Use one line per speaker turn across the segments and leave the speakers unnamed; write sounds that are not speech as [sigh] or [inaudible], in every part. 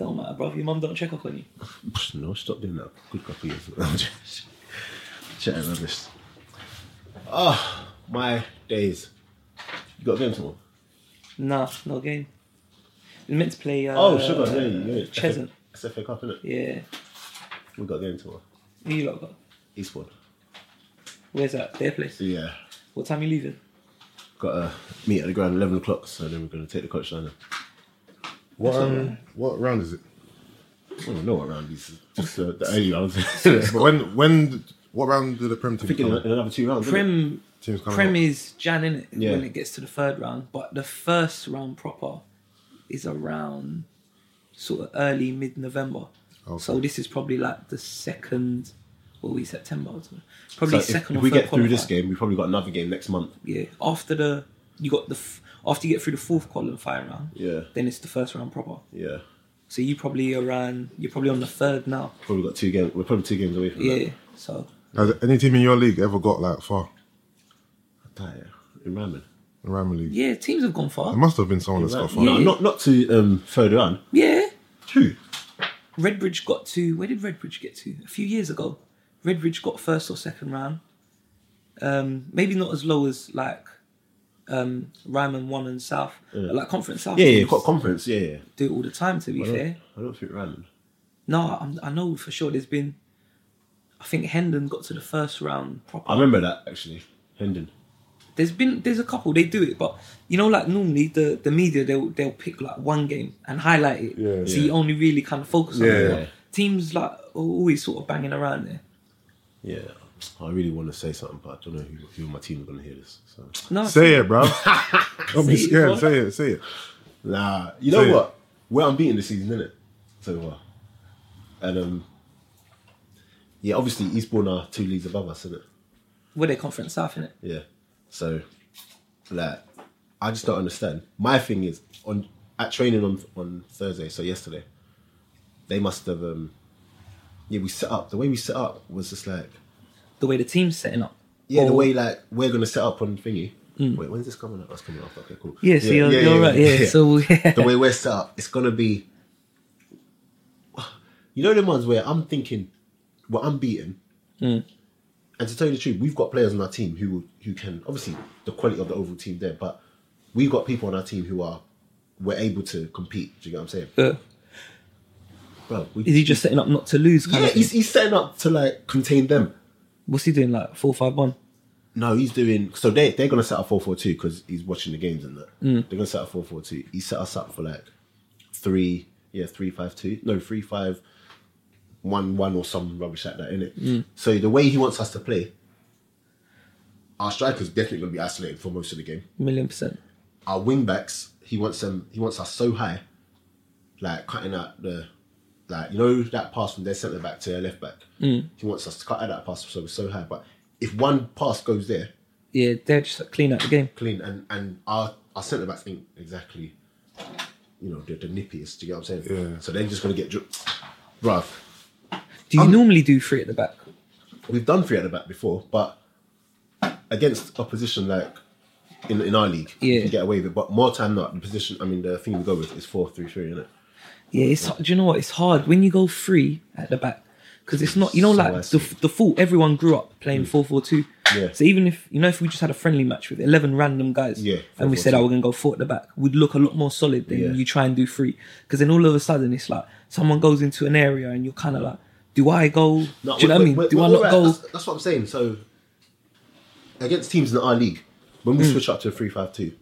your mum don't check up on you?
Psst, No, stop doing that. Good copy of [laughs] it. Chatting rubbish. Oh, my days. You got a game tomorrow?
Nah, no game. We meant to play. Uh,
oh, sugar, yeah, yeah. yeah.
Chesant.
It's FA Cup, innit?
Yeah.
We got a game tomorrow.
Who you lot got?
Eastwood.
Where's that? Their place.
Yeah.
What time you leaving?
uh, Got a meet at the ground 11 o'clock, so then we're going to take the coach down there.
What um, what round is it?
I don't know what round these Just uh, the early rounds. [laughs] I
But when when what round do the Prem team
think in
come?
in another two rounds. innit?
Prem.
Teams coming
Prem
up.
is Jan in it
Yeah.
when it gets to the third round, but the first round proper is around sort of early mid November.
Okay.
So this is probably like the second. What are we September? or something? Probably
So if,
second. or
if we
third
get through this
qualifier.
game, we probably got another game next month.
yeah. After the you got the f- after you get through the fourth qualifying round,
Yeah.
then it's the first round proper.
Yeah.
So you probably around you're probably on the third now.
Probably got two games. We're probably two games away from
Yeah.
that.
So
Has any team in your league ever got like far
That, yeah. In Ramen.
in Rama League?
yeah, teams have gone far.
There must have been someone that's got
Right.
far.
Not, not, not to um, further on.
Yeah.
True.
Redbridge got to where did Redbridge get to? A few years ago. Redbridge got first or second round. Um, maybe not as low as like um, Ryman One and South, but like Conference South.
Yeah, yeah,
teams
quite conference. Yeah, yeah.
do it all the time. To be fair,
I don't think Ramen.
no, I'm, I know for sure. There's been, I think Hendon got to the first round proper.
I remember that actually. Hendon.
There's been there's a couple they do it, but you know, like normally the, the media they'll they'll pick like one game and highlight it,
Yeah.
so you only really kind of focus on
Yeah,
it.
yeah.
Teams like are always sort of banging around there.
Yeah. I really want to say something, but I don't know who, who on my team is going to hear this. So.
No,
Say it, bro. Don't be
Say it,
scared.
bro.
Say it. Say it.
Nah, you
So-
know what? Where I'm beating this season, innit? So far. And, um, yeah, obviously Eastbourne are two leagues above us, innit?
where they Conference South in it.
Yeah. So, like, I just don't understand. My thing is on at training on on Thursday, so yesterday, they must have. um Yeah, we set up. The way we set up was just like,
The way the team's setting up.
yeah, the
Or-
way like we're gonna set up on thingy. Wait, when's this coming up? That's coming up. Okay, cool.
Mm. Yeah, so you're, you're right. Yeah, so
[laughs] the way we're set up, it's gonna be. You know the ones where I'm thinking, well, I'm beaten.
Mm.
And to tell you the truth, we've got players on our team who who can obviously the quality of the overall team there, but we've got people on our team who are we're able to compete. Do you get what I'm saying,
Uh,
bro? We,
is he just setting up not to lose? Kind
yeah,
of thing?
he's, he's setting up to like contain them.
What's he doing? Like four five one.
No, he's doing so they they're gonna set up four four two because he's watching the games and that. They're gonna set up four four two. He set us up for like three, yeah, three five two, no three five one one or some rubbish like that in it. So the way he wants us to play, our strikers definitely gonna be isolated for most of the game.
Million percent.
Our wing backs, he wants them. He wants us so high, like cutting out the, like you know that pass from their centre back to their left back. He wants us to cut out that pass so we're so high. But if one pass goes there
Yeah, they're just like, clean out the game.
clean and and our our centre backs ain't exactly you know the, the nippiest. Do you get what I'm saying?
Yeah.
So they're just gonna get dri- bruv.
Do you normally do three at the back?
We've done three at the back before, but against opposition like in in our league, you
Yeah.
can get away with it. But more time than not, the position I mean the thing we go with is four three three, isn't it?
Yeah, it's hard. do you know what? It's hard when you go three at the back because it's not you know
So
like
I
the,
see. Mm.
the full everyone grew up playing four four two.
Yeah.
So even if you know if we just had a friendly match with eleven random guys,
Yeah,
and we said
4-4-2.
oh we're gonna go four at the back, we'd look a lot more solid than
Yeah.
you try and do three because then all of a sudden it's like someone goes into an area and you're kind of like, do I go? do you know what I mean? do I not go?
That's, that's what I'm saying. So against teams in our league, when
Mm.
we switch up to a three five two,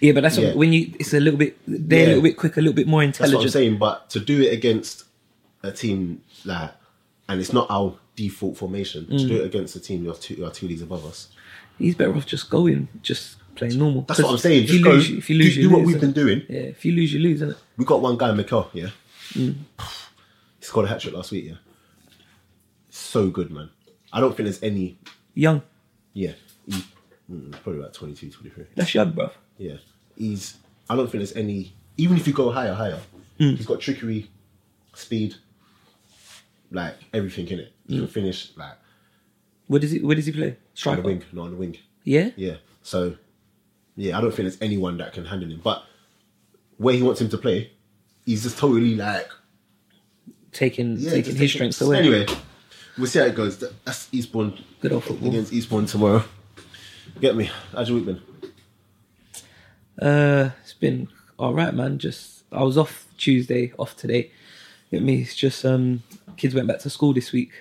Yeah, but that's
Yeah.
What, when you it's a little bit they're a
Yeah.
little bit quicker, a little bit more
That's what I'm
intelligent.
saying. But to do it against a team like, and it's not our default formation. To
Mm.
do it against a team who are two, who are two leagues above us.
He's better off just going, just playing normal.
That's what I'm
'Cause
saying.
If you
Just go,
lose, if you lose,
do,
you
do what
lose,
we've
innit?
been doing.
Yeah, if you lose, you lose, isn't it?
We got one guy, Mikel. Yeah,
Mm.
he scored a hat trick last week. Yeah, so good, man. I don't think there's any.
Young.
Yeah, he, mm, probably about 22, 23.
That's young, bruv.
Yeah, he's. I don't think there's any. Even if you go higher, higher,
Mm.
he's got trickery, speed, like everything in it.
Mm.
He can finish like
Where does he where does he play?
on the
Striker.
wing, not on the wing.
Yeah?
Yeah. So, yeah, I don't think there's anyone that can handle him. But where he wants him to play, he's just totally like
taking
Yeah,
taking his
just take it.
strengths away.
Anyway, we'll see how it goes. That's Eastbourne
good old football.
against Eastbourne tomorrow. Get me. How's your week been?
Uh, it's been all right, man. Just I was off Tuesday, off today. Get me. It's just um, kids went back to school this week,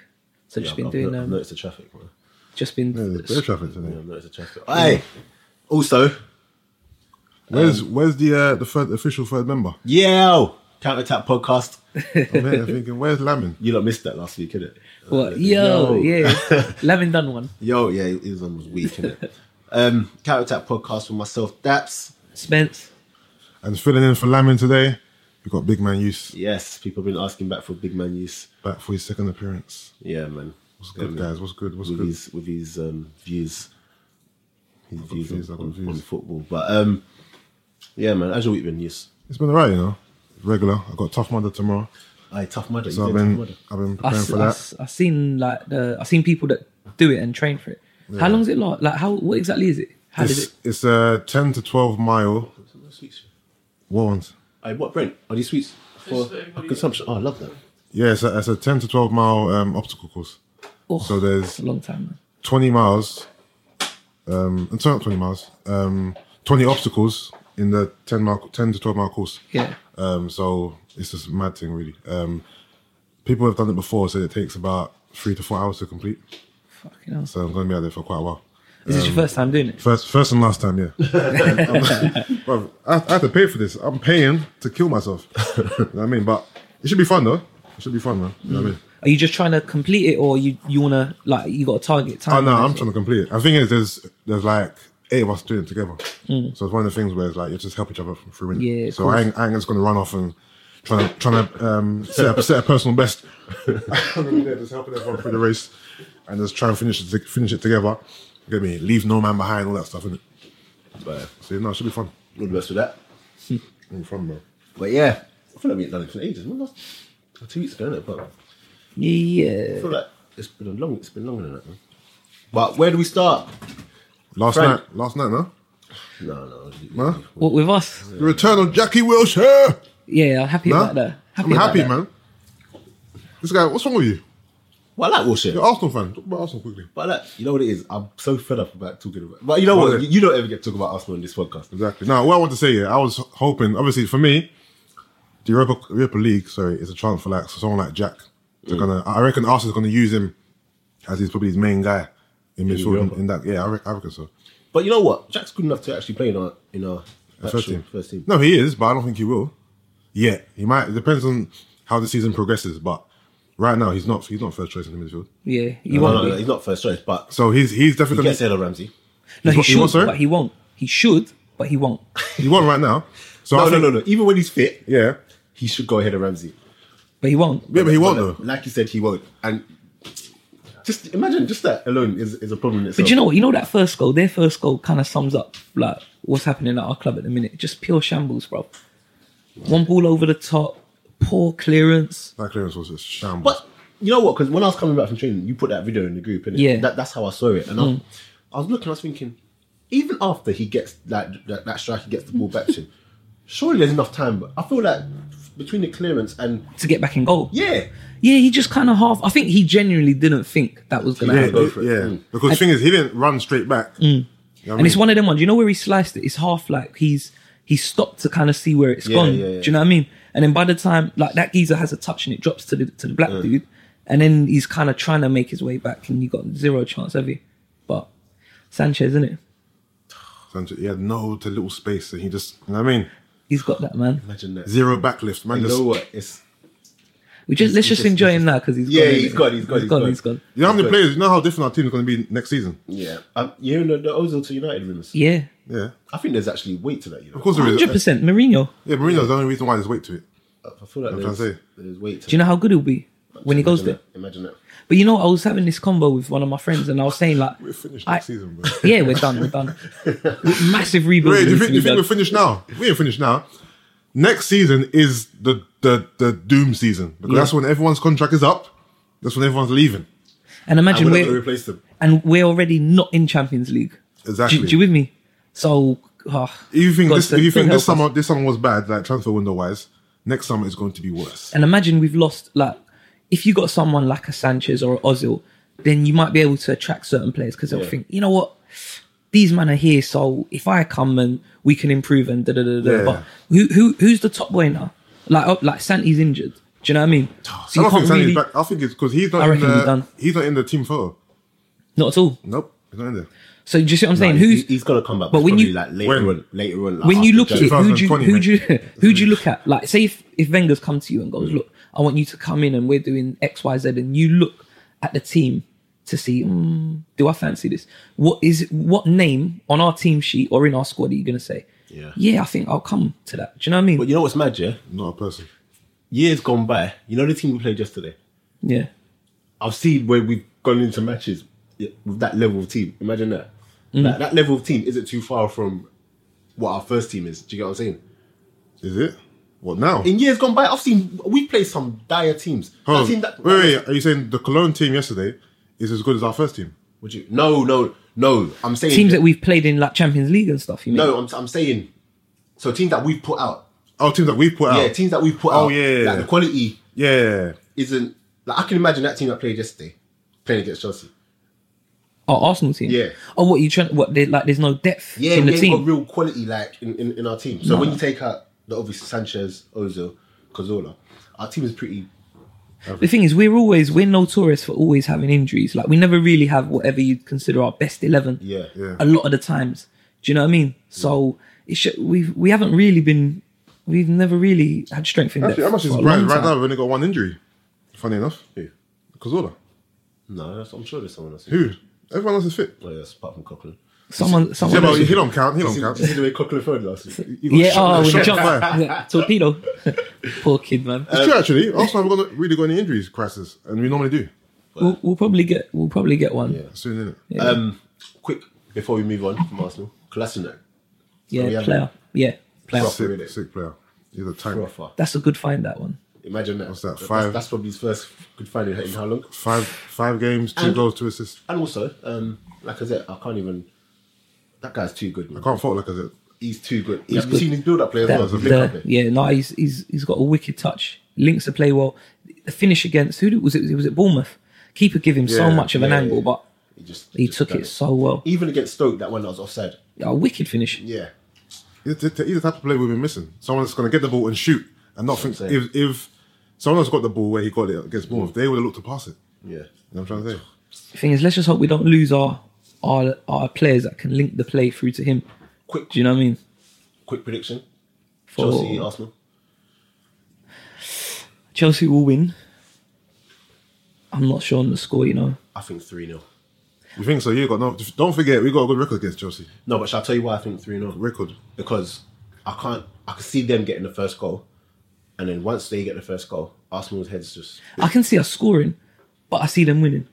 so just
I've-
been
I've
doing
no- I've
um,
noticed the traffic. Man.
just been
Yeah, there's bear traffic today.
Yeah, I've noticed the traffic. Hey. Also,
Where's Where's the uh, the third official third member?
yo, Counter Attack podcast.
I'm here thinking, where's Lamin?
You lot missed that last week, didn't it?
what? Yo,
[laughs] Yo. [laughs]
yeah, Lavin done one.
Yo, yeah, his one was weak,
[laughs]
innit? um, Counter Attack podcast with myself, Daps.
Spence,
And filling in for Lamin today, we got Big Man Use
Yes, people have been asking back for big man use.
back for his second appearance.
Yeah, man.
What's good,
Um,
guys? What's good? What's
with
good?
his with his um, views, his
got
views,
views,
on,
I've got
on-
views.
on football. But um, yeah, man, how's your week been? Yes,
It's been alright, you know. Regular. I got tough mother tomorrow,
I tough mother. you
so I've
doing
been
tough mudder?
I've been
I
preparing
s-
for
I
that.
s- I seen like the I seen people that do it and train for it. How long's it like? Like how? What exactly is it? How did it?
It's, it's a ten to twelve mile. What ones?
Hey, what Brent? Are these sweets for consumption? Oh, I love that.
Yeah, it's a, it's a ten to twelve mile um, obstacle course.
Oh,
So there's
a long time. Man.
20 miles, um, and sorry, not 20 miles, um, 20 obstacles in the 10 mile, 10 to 12 mile course.
Yeah.
Um, so it's just a mad thing, really. Um, people have done it before, so it takes about three to four hours to complete.
Fucking hell.
So um, I'm going to be out there for quite a while.
Is this your first time doing it?
First, first and
[laughs]
last time, yeah. Bruv, I, I had to pay for this. I'm paying to kill myself. [laughs] you know what I mean? But it should be fun, though. It should be fun, man. You know what I mean?
Are you just trying to complete it, or you you wanna like you got a target time?
Oh no, I'm trying to complete it. I think is there's there's like eight of us doing it together. So it's one of the things where it's like you just help each other through it.
Mm. Yeah, of
So I ain't, I ain't just gonna run off and trying to trying to um, set, a, set a
[laughs]
personal best. [laughs] I'm gonna be there just helping everyone through the race and just try and finish it to- finish it together. You get me? Leave no man behind, all that stuff, innit?
But
So yeah, no, it should be fun.
all the best with that.
It'll be fun, bro.
But yeah, I feel like we ain't done it for ages. When was- two weeks ago, innit? But I
Yeah.
feel like it's been a long. It's been longer than that. Man. But where do we start?
Last
Frank.
night, last night, no?
No, no. you-
Huh?
What with us?
The return of Jackie Wilshire!
Yeah, I'm happy
Nah,
about that.
I'm
about
happy,
that.
man. This guy, what's wrong with you?
Well, I like Wilshire.
You're an Arsenal fan. Talk about Arsenal quickly.
But like, you know what it is? I'm so fed up about talking about. But you know what?
Well,
You, you don't ever get to talk about Arsenal in this podcast.
Exactly. Now, what I want to say, yeah, I was hoping, obviously, for me, the Europa, Europa League, sorry, is a chance for like for someone like Jack. They're gonna, I reckon Arsenal's gonna use him as he's probably his main guy in midfield. In,
Europa.
in that, yeah, I, re- I reckon so.
But you know what? Jack's good enough to actually play in our in our actual
First team.
First team.
No, he is, but I don't think he will. Yet, he might. It depends on how the season progresses. But right now, he's not. He's not first choice in the midfield.
Yeah, you
No,
won't.
no, no,
be.
he's not first choice, but
So he's he's
he
definitely
gets Ella Ramsey.
No, he
what- he
should,
wants her?
but he won't. He should, but he won't. [laughs]
he won right now. So
No,
I
no,
think,
no, no. Even when he's fit,
Yeah,
he should go ahead of Ramsey.
But he won't.
yeah, but he won't
But
though.
Like you said, he won't. And just imagine, just that alone is, is a problem in itself.
But you know what? You know that first goal. Their first goal kind of sums up like what's happening at our club at the minute. Just pure shambles, bro. One ball over the top, poor clearance.
That clearance was just shambles.
But you know what? Because when I was coming back from training, you put that video in the group, and
Yeah. Mm.
that, that's how I saw it. And I, I was looking, I was thinking, even after he gets that that, that strike, he gets the ball back to him. Surely there's enough time. But I feel like between the clearance and
To get back in goal.
yeah,
Yeah, he just kind of half. I think he genuinely didn't think that was gonna
Yeah,
happen.
I'll go for it.
yeah,
Mm.
because the thing is, he didn't run straight back. You know what I
And
mean?
it's one of them ones. You know where he sliced it? It's half like he's he stopped to kind of see where it's gone.
yeah, yeah.
Do you know what I mean? And then by the time like that geezer has a touch and it drops to the to the black dude, and then he's kind of trying to make his way back, and you got zero chance have you? But Sanchez, isn't it?
Sanchez, he had no to little space, and he just, you know what I mean?
He's got that man.
imagine that.
Zero backlift, man.
You
Just,
know
you
what? It's
We just let's just
just-
enjoy him now because he's
Yeah,
gone,
he's
innit?
gone, he's gone,
he's
he's
gone,
gone.
he's gone.
know how many players, you know how different our team is going to be next season?
yeah. Um, you know the Ozil to United rumors.
Yeah,
Yeah.
I think there's actually weight to that. You know,
Of course there is.
hundred percent. Mourinho.
Yeah, Mourinho's the only reason why there's weight to it.
I feel like
I'm trying
there's,
to say.
there's weight. To
Do you know how good he'll be when he goes
imagine
there?
that. Imagine that.
But you know, I was having this combo with one of my friends, and I was saying like,
We're finished
I-
next season, bro.
yeah, we're done, we're done. Massive rebuild.
[laughs] Wait, do you
needs
think,
to
do
be
you think
done.
we're finished now? We ain't finished now. Next season is the the, the doom season because
Yeah.
that's when everyone's contract is up. That's when everyone's leaving.
And
And
imagine
we're not
we're,
going to replace them.
and we're already not in Champions League.
Exactly.
Do, do you with me? So, ah,
If you think
God
this,
said,
if you
"Don't
think this
help us."
summer this summer was bad, like transfer window wise, Next summer is going to be worse.
And imagine we've lost like if you got someone like a Sanchez or an Ozil, then you might be able to attract certain players because they'll think, you know what, these men are here, so if I come and we can improve and da da da da.
Yeah.
But who who who's the top boy now? Like oh, like Santi's injured. Do you know what I mean? So
I
you
don't think
can't
Sandy's
really
back. I think it's because he's
I
not in
reckon he's done.
the he's not in the team photo.
not at all.
Nope, he's not in there.
So do you see what I'm saying?
He-
Who's
he's got to come back.
but when
probably,
you-
like later
When?
on, later on, like,
when you
after
look at it,
January.
who do you,
2020,
who do you, who do you look at? Like, say if, if Wenger's come to you and
Mm.
goes, look, I want you to come in and we're doing X, Y, Z, and you look at the team to see, mm, do I fancy this? What is what name on our team sheet or in our squad are you going to say?
Yeah.
yeah, I think I'll come to that. Do you know what I mean?
But you know what's mad, yeah?
Not a person.
Years gone by. You know the team we played yesterday.
yeah,
I've seen where we've gone into matches with that level of team. Imagine that.
Mm.
That, that level of team isn't too far from what our first team is. Do you get what I'm saying?
Is it? What now?
In years gone by, I've seen we play some dire teams.
Hold
That
on.
team that-
wait, wait, are you saying the Cologne team yesterday is as good as our first team?
Would you? No, no, no. I'm saying
teams that we've played in like Champions League and stuff. You mean?
No, I'm, I'm saying. So teams that we've put out.
Oh, teams that we've put out.
Yeah, teams that we've put
Oh,
out.
yeah, yeah,
Like
yeah.
the quality
yeah.
isn't. Like I can imagine that team that played yesterday playing against Chelsea.
Our Arsenal team.
Yeah.
Oh, what you trying? What they, like? There's no depth
Yeah,
in the
we ain't
team.
got real quality like in, in, in our team. So when you take out the obvious Sanchez, Ozil, Cazorla, our team is pretty.
The thing is, we're always we're notorious for always having injuries. Like we never really have whatever you'd consider our best eleven.
Yeah,
Yeah.
A lot of the times, do you know what I mean? So it should, we've we haven't really been we've never really had strength in
Actually,
depth.
I'm actually
for a long
surprised right
time.
now we've only got one injury. Funny enough. Cazorla.
No, that's- I'm sure there's someone else.
Who? Everyone else is fit.
Well, yes, apart from Cochran.
Someone,
Yeah,
someone.
but he don't count. He don't count.
You see the way Cochran thrown last week.
He
[laughs]
got
yeah,
shot-
oh, when he
shot
jumped, [laughs]
fire.
Yeah, torpedo. Poor kid, man.
It's true, actually. Also, we're going to really go into injuries crisis, and we normally do.
we'll, we'll probably get we'll probably get one. Yeah,
Yeah.
Soon, innit?
Um, quick before we move on from Arsenal, Kolasinac, we haven't.
player. Yeah, player.
Proper,
Sick,
innit?
sick player. He's a tank.
Rafa.
That's a good find. That one.
Imagine that.
What's that,
That's-
five?
That's, probably his first good find in how long?
Five, five games, two
And-
goals, two assists.
And also, um, like I said, I can't even. That guy's too good. Man.
I can't fault Lacazette.
He's too good. He's
good.
seen his build up play as
That-
well. As a
the-
link up play.
yeah, no, he's, he's he's got a wicked touch. Links the play well. The finish against who was it? Was it Bournemouth? Keeper give him so
Yeah,
much of an
yeah,
angle,
yeah.
but
He just
he
just
took
done
it so well.
Even against Stoke, that one that was offside.
A wicked finish.
Yeah.
He's the, he's the type of player we've been missing. Someone that's going to get the ball and shoot, and not think
I'm saying.
if if someone else got the ball where he got it against Bournemouth, they would have looked to pass it.
Yeah.
You know what I'm trying to say?
Thing is, let's just hope we don't lose our our our players that can link the play through to him.
Quick,
Do you know what I mean?
quick prediction.
For
Chelsea,
Chelsea,
Arsenal.
will win. I'm not sure on the score. You know,
I think three 0
You think so? You got no. Don't forget, we got a good record against Chelsea.
No, but shall I tell you why I think three 0
Record.
Because I can't. I can see them getting the first goal, and then once they get the first goal, Arsenal's heads just.
I can see us scoring, but I see them winning.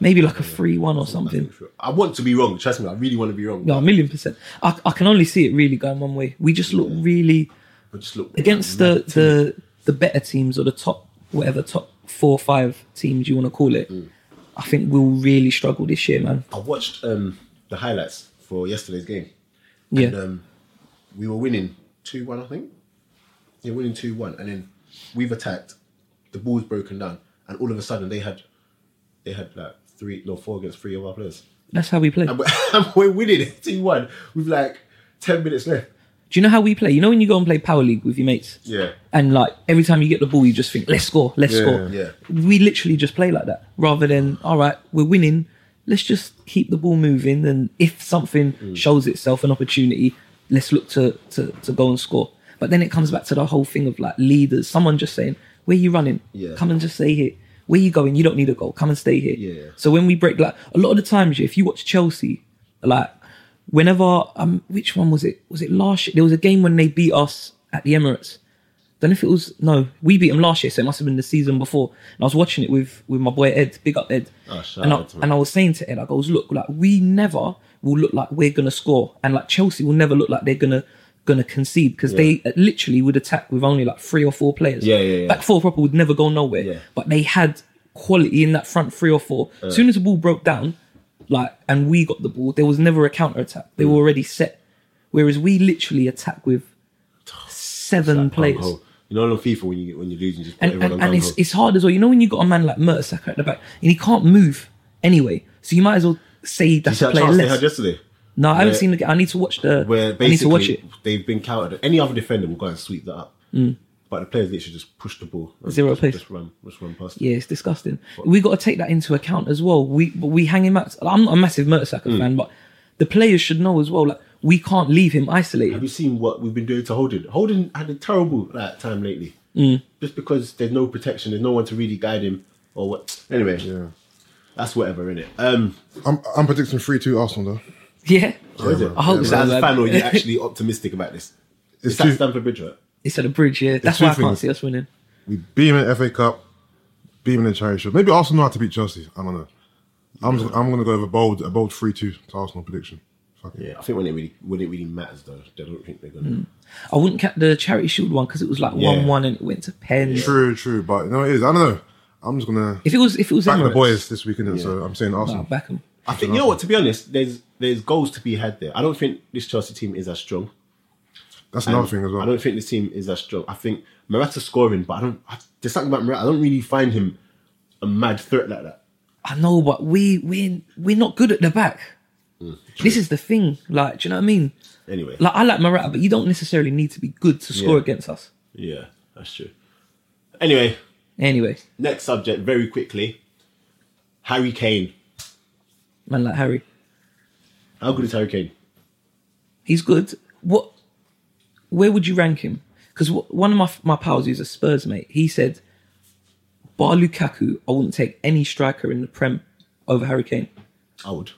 Maybe like a three-one or something.
I want to be wrong. Trust me, I really want to be wrong.
No, a million percent. I, I can only see it really going one way. We just look really
But just look
against the, the the better teams or the top whatever top four or five teams you want to call it.
Mm.
I think we'll really struggle this year, man.
I watched um, the highlights for yesterday's game.
Yeah,
And um, we were winning 2 1, I think. Yeah, winning 2 1. And then we've attacked, the ball's broken down, and all of a sudden they had they had like three, no, four against three of our players. [laughs]
that's how we play.
And we're, and we're winning 2 1 with like 10 minutes left.
Do you know how we play? You know when you go and play power league with your mates,
Yeah.
and like every time you get the ball, you just think, "Let's score, let's
Yeah,
score."
yeah.
we literally just play like that rather than, "All right, we're winning. Let's just keep the ball moving, and if something
Mm.
shows itself an opportunity, let's look to, to to go and score." But then it comes back to the whole thing of like leaders. Someone just saying, "Where you running?
Yeah.
Come and just stay here. Where you going? You don't need a goal. Come and stay here."
Yeah.
So when we break, like a lot of the times, if you watch Chelsea, like whenever um, which one was it? Was it last year? There was a game when they beat us at the Emirates. Don't know if it was no, we beat them last year, so it must have been the season before. And I was watching it with with my boy Ed, big up Ed.
Oh, shout
and I,
out to him.
and I was saying to Ed, I goes, look, like we never will look like we're gonna score, and like Chelsea will never look like they're gonna gonna concede because they uh, literally would attack with only like three or four players.
Yeah, yeah, yeah.
Back four proper would never go nowhere.
Yeah.
But they had quality in that front three or four. As soon as the ball broke down, like and we got the ball, there was never a counter attack. They
Mm.
were already set. Whereas we literally attack with seven players.
Oh, You know, on FIFA when you when you're losing, you just put
and,
everyone
and,
on
and it's,
downhill.
it's hard as well. You know when you got a man like Mertesacker at the back and he can't move anyway, so you might as well say
You
that's
see
a
that
player
chance they had
less.
yesterday,
No, I haven't
where-
seen the. I need to watch the.
where
I need to
basically
watch it.
they've been counted. Any other defender will go and sweep that up, but the players literally just push the ball. and
Mm. Zero
just,
pace.
Just run, just run past. it.
Yeah, it's disgusting. We got to take that into account as well. We but we hang him out. I'm not a massive Mertesacker fan, but the players should know as well. Like we can't leave him isolated.
Have you seen what we've been doing to Holden? Holden had a terrible like, time lately,
Mm.
just because there's no protection, there's no one to really guide him or what. Anyway,
Yeah.
that's whatever in it. Um,
I'm, I'm predicting 3 2 Arsenal, though.
Yeah,
is it?
I hope
Is
so,
that as a
man. [laughs]
fan, or are you actually optimistic about this? It's,
It's
that
two-
Stamford Bridge, right?
it's at the bridge. Yeah, that's why I
two
can't
things.
see us winning.
We beam in FA Cup, beam in the Charity Shield. Maybe Arsenal know how to beat Chelsea. I don't know. I'm, just- I'm going to go with a bold, a bold 3 2 to Arsenal prediction. Fuck it.
Yeah, I think when it really when it really matters though, they don't think they're gonna.
Mm. I wouldn't cap the charity shield one because it was like
Yeah.
one one and it went to pens.
True, true. But you know, what it is. I don't know. I'm just going to
If it was, if it was
back the
Emirates,
boys this weekend. So I'm saying
Nah,
Arsenal.
back 'em.
I think you know what. To be honest, there's there's goals to be had there. I don't think this Chelsea team is as strong.
That's another thing as
I
well.
don't think this team is as strong. I think Morata's scoring, but I don't. I, there's something about Morata. I don't really find him a mad threat like that.
I know, but we we we're not good at the back. this is the thing. Like, do you know what I mean?
Anyway,
Like, I like Morata, but you don't necessarily need to be good to score
Yeah.
against us.
yeah, that's true. Anyway,
Anyway,
next subject very quickly. Harry Kane.
man, like Harry,
How good is Harry Kane?
he's good. What? Where would you rank him? Because one of my my pals who's a Spurs mate, he said, "Bar Lukaku, I wouldn't take any striker in the Prem over Harry Kane."
I would.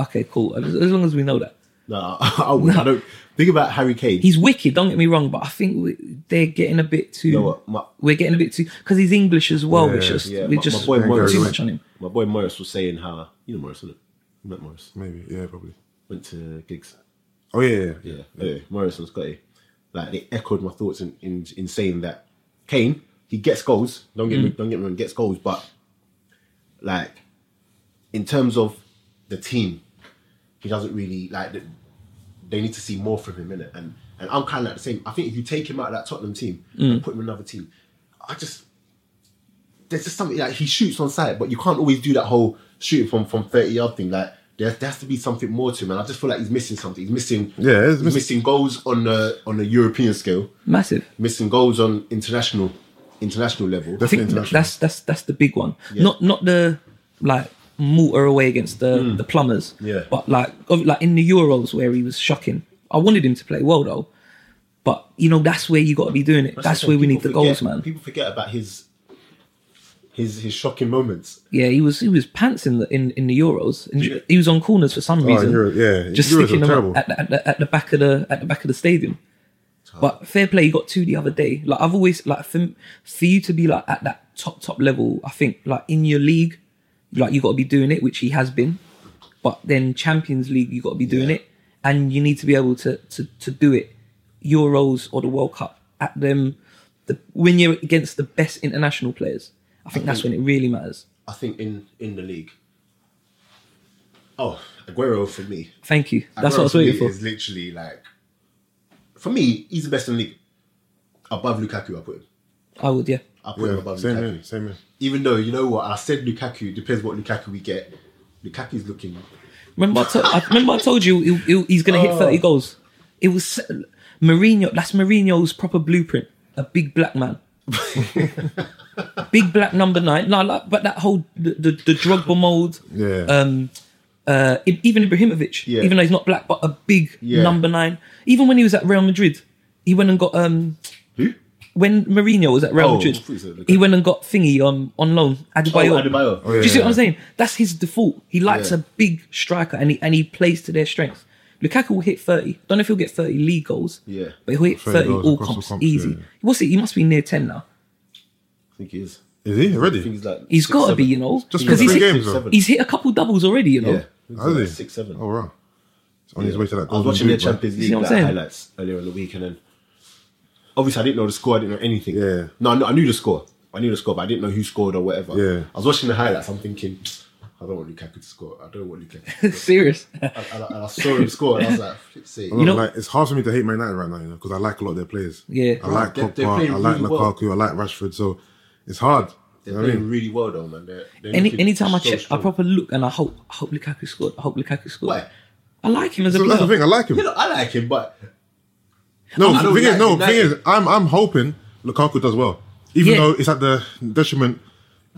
Okay, cool. As, as long as we know that.
No, [laughs] I would. I don't think about Harry Kane.
he's wicked. Don't get me wrong, but I think we, they're getting a bit too.
You know what, my-
we're getting a bit too because he's English as well.
Yeah,
it's just
yeah,
we
my-
just
my boy
put
Morris.
too much on him.
My boy Morris was saying how you know Morris, isn't it? You met Morris.
Maybe. Yeah, probably.
Went to gigs.
Oh, yeah, yeah. yeah.
Yeah, yeah. Morris and Scotty. Like they echoed my thoughts in, in, in saying that Kane he gets goals. Don't get
Mm.
me, don't get me wrong, gets goals, but like in terms of the team, he doesn't really like. The, they need to see more from him innit? and and I'm kind of like the same. I think if you take him out of that Tottenham team
Mm.
and put him in another team, I just there's just something like he shoots on sight, but you can't always do that whole shooting from from 30 yard thing. Like there, there has to be something more to him, and I just feel like he's missing something. He's missing
Yeah, he's
he's
miss-
missing goals on the on the European scale,
Massive.
missing goals on international international level.
I think
International.
that's that's that's the big one. Not not the like mortar away against the the plumbers.
Mm. Yeah.
But like of- like in the Euros where he was shocking. I wanted him to play well though. But you know that's where you got to be doing it. That's,
the
where
thing,
we need the
people forget-
goals, man.
People forget about his his his shocking moments.
Yeah, he was he was pants in the in, in the Euros, and
Yeah.
he was on corners for some reason.
Euro- yeah,
just
Euros are
sticking them
terrible.
up at the, at, the, at the back of the at the back of the stadium. But fair play, he got two the other day. Like I've always like for, for you to be like at that top top level, I think like in your league, like you got to be doing it, which he has been. But then Champions League, you got to be doing
Yeah.
it, and you need to be able to to to do it. Euros or the World Cup at them, the, when you're against the best international players, I think that's when it really matters.
I think in in the league. Oh, Aguero for me.
Thank you. That's what
Aguero
I was
me
waiting for.
Is literally like, for me, he's the best in the league. Above Lukaku, I put him.
I would, yeah.
I put him above
same
Lukaku.
here, same here.
Even though you know what I said, Lukaku depends what Lukaku we get. Lukaku's looking.
Remember, I, to- I remember I told you he'll, he'll, he's going to
Oh.
hit thirty goals. It was Mourinho. That's Mourinho's proper blueprint. A big black
[laughs]
man, big black number nine. No, like, but that whole the the, the Drogba mold.
Yeah.
Um, uh, I- even Ibrahimovic,
Yeah.
even though he's not black, but a big
Yeah.
number nine. Even when he was at Real Madrid, he went and got um.
Who?
When Mourinho was at Real
Oh, I
Madrid,
thought you said-
he went and got thingy on on loan. Adebayo.
Oh, Adebayo.
yeah.
Do you see what I'm saying? That's his default. He likes a
Yeah.
big striker and he and he plays to their strengths. Lukaku will hit 30. Don't know if he'll get 30 league goals.
Yeah.
But he'll hit
30
30
goals
all
across the
comps,
comps,
easy.
yeah.
What's it? He must be near 10 now.
I think he is.
Is he
I think
already?
he's like.
He's
six,
got to be,
seven.
you know.
Just
Because
been
he's,
three
hit-
games, though.
he's hit a couple doubles already, you know.
Yeah. He's
Has
like
he?
Six seven.
Oh, wow. It's on his way to that
I was
golden
watching their
boot, man.
Champions
You see
League
what I'm
like,
saying?
highlights earlier on the week, and then obviously I didn't know the score. I didn't know anything.
Yeah.
No, I knew, I knew the score. I knew the score, but I didn't know who scored or whatever.
Yeah.
I was watching the highlights. I'm thinking, I don't want Lukaku to score. I don't want Lukaku.
[laughs]
[laughs]
[laughs]
Serious.
and, and, I- and I saw him score, and I was like, "Flip's sake."
you know,
know-
like, it's hard for me to hate Man United right now, you know, because I like a lot of their players.
Yeah.
I like
They're-
Pogba,
they're playing
I like
really well.
Lukaku, I like Rashford. So it's hard. You
They're
know what I
playing
mean?
really well though, man. They're, they're
Any
looking
anytime I
so
check, I
strong.
proper look and I hope I hope Lukaku scored. I hope Lukaku scored.
Why?
I like him as a
So that's the
player.
thing. I like him.
You know, I like him, but
No,
I
the
don't
thing is,
like
no,
United.
thing is, I'm I'm hoping Lukaku does well, even
Yeah.
though it's at the detriment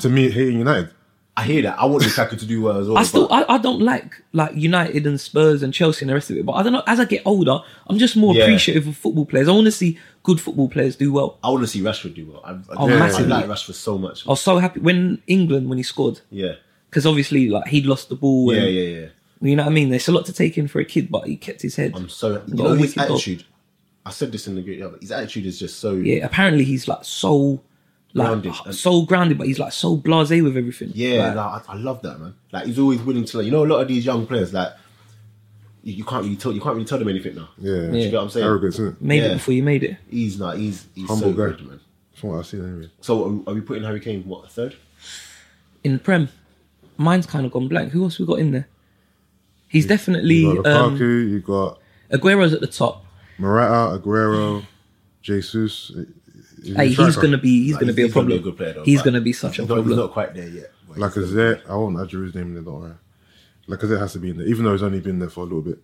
to me hating United.
I hear that. I want Lukaku to do well as well.
I still
but
I, I don't like like United and Spurs and Chelsea and the rest of it. But I don't know. As I get older, I'm just more
Yeah.
appreciative of football players. I want to see good football players do well.
I want to see Rashford do well. I, I,
Oh,
I
massively. Oh.
like Rashford so much.
I was so happy when England when he scored
Yeah,
because obviously like he'd lost the ball.
yeah,
And,
yeah, yeah.
You know what I mean? There's a lot to take in for a kid, but he kept his head.
I'm so you
Got
know
a
his
wicked goal.
attitude. I said this in the group. Yeah, but his attitude is just so
yeah, apparently he's like so like
Grounded.
h- so grounded, but he's like so blasé with everything.
Yeah,
Like,
like, I, I love that man. Like he's always willing to. Like, you know, a lot of these young players, like you, you can't really tell. You can't really tell them anything now.
Yeah,
Do you get what I'm saying?
arrogance, isn't it?
made
yeah.
it before you made it.
He's not. He's he's
Humble
so
guy.
good, man.
From what I've seen, anyway.
So are we, are we putting Harry Kane what a third?
in the Prem. Mine's kind of gone blank. Who else we got in there? He's definitely
You got Lukaku,
um,
you got
Aguero's at the top.
Morata, Aguero, Jesus. eh, eh,
Hey, he's
striker.
gonna be he's gonna be a
He's gonna
problem.
a good player, though,
he's
but
gonna be such a
he's not- He's
problem.
not quite there yet. but he's gonna-
Lacazette. I won't add Drew's name in there, don't worry. Lacazette has to be in there, even though he's only been there for a little bit.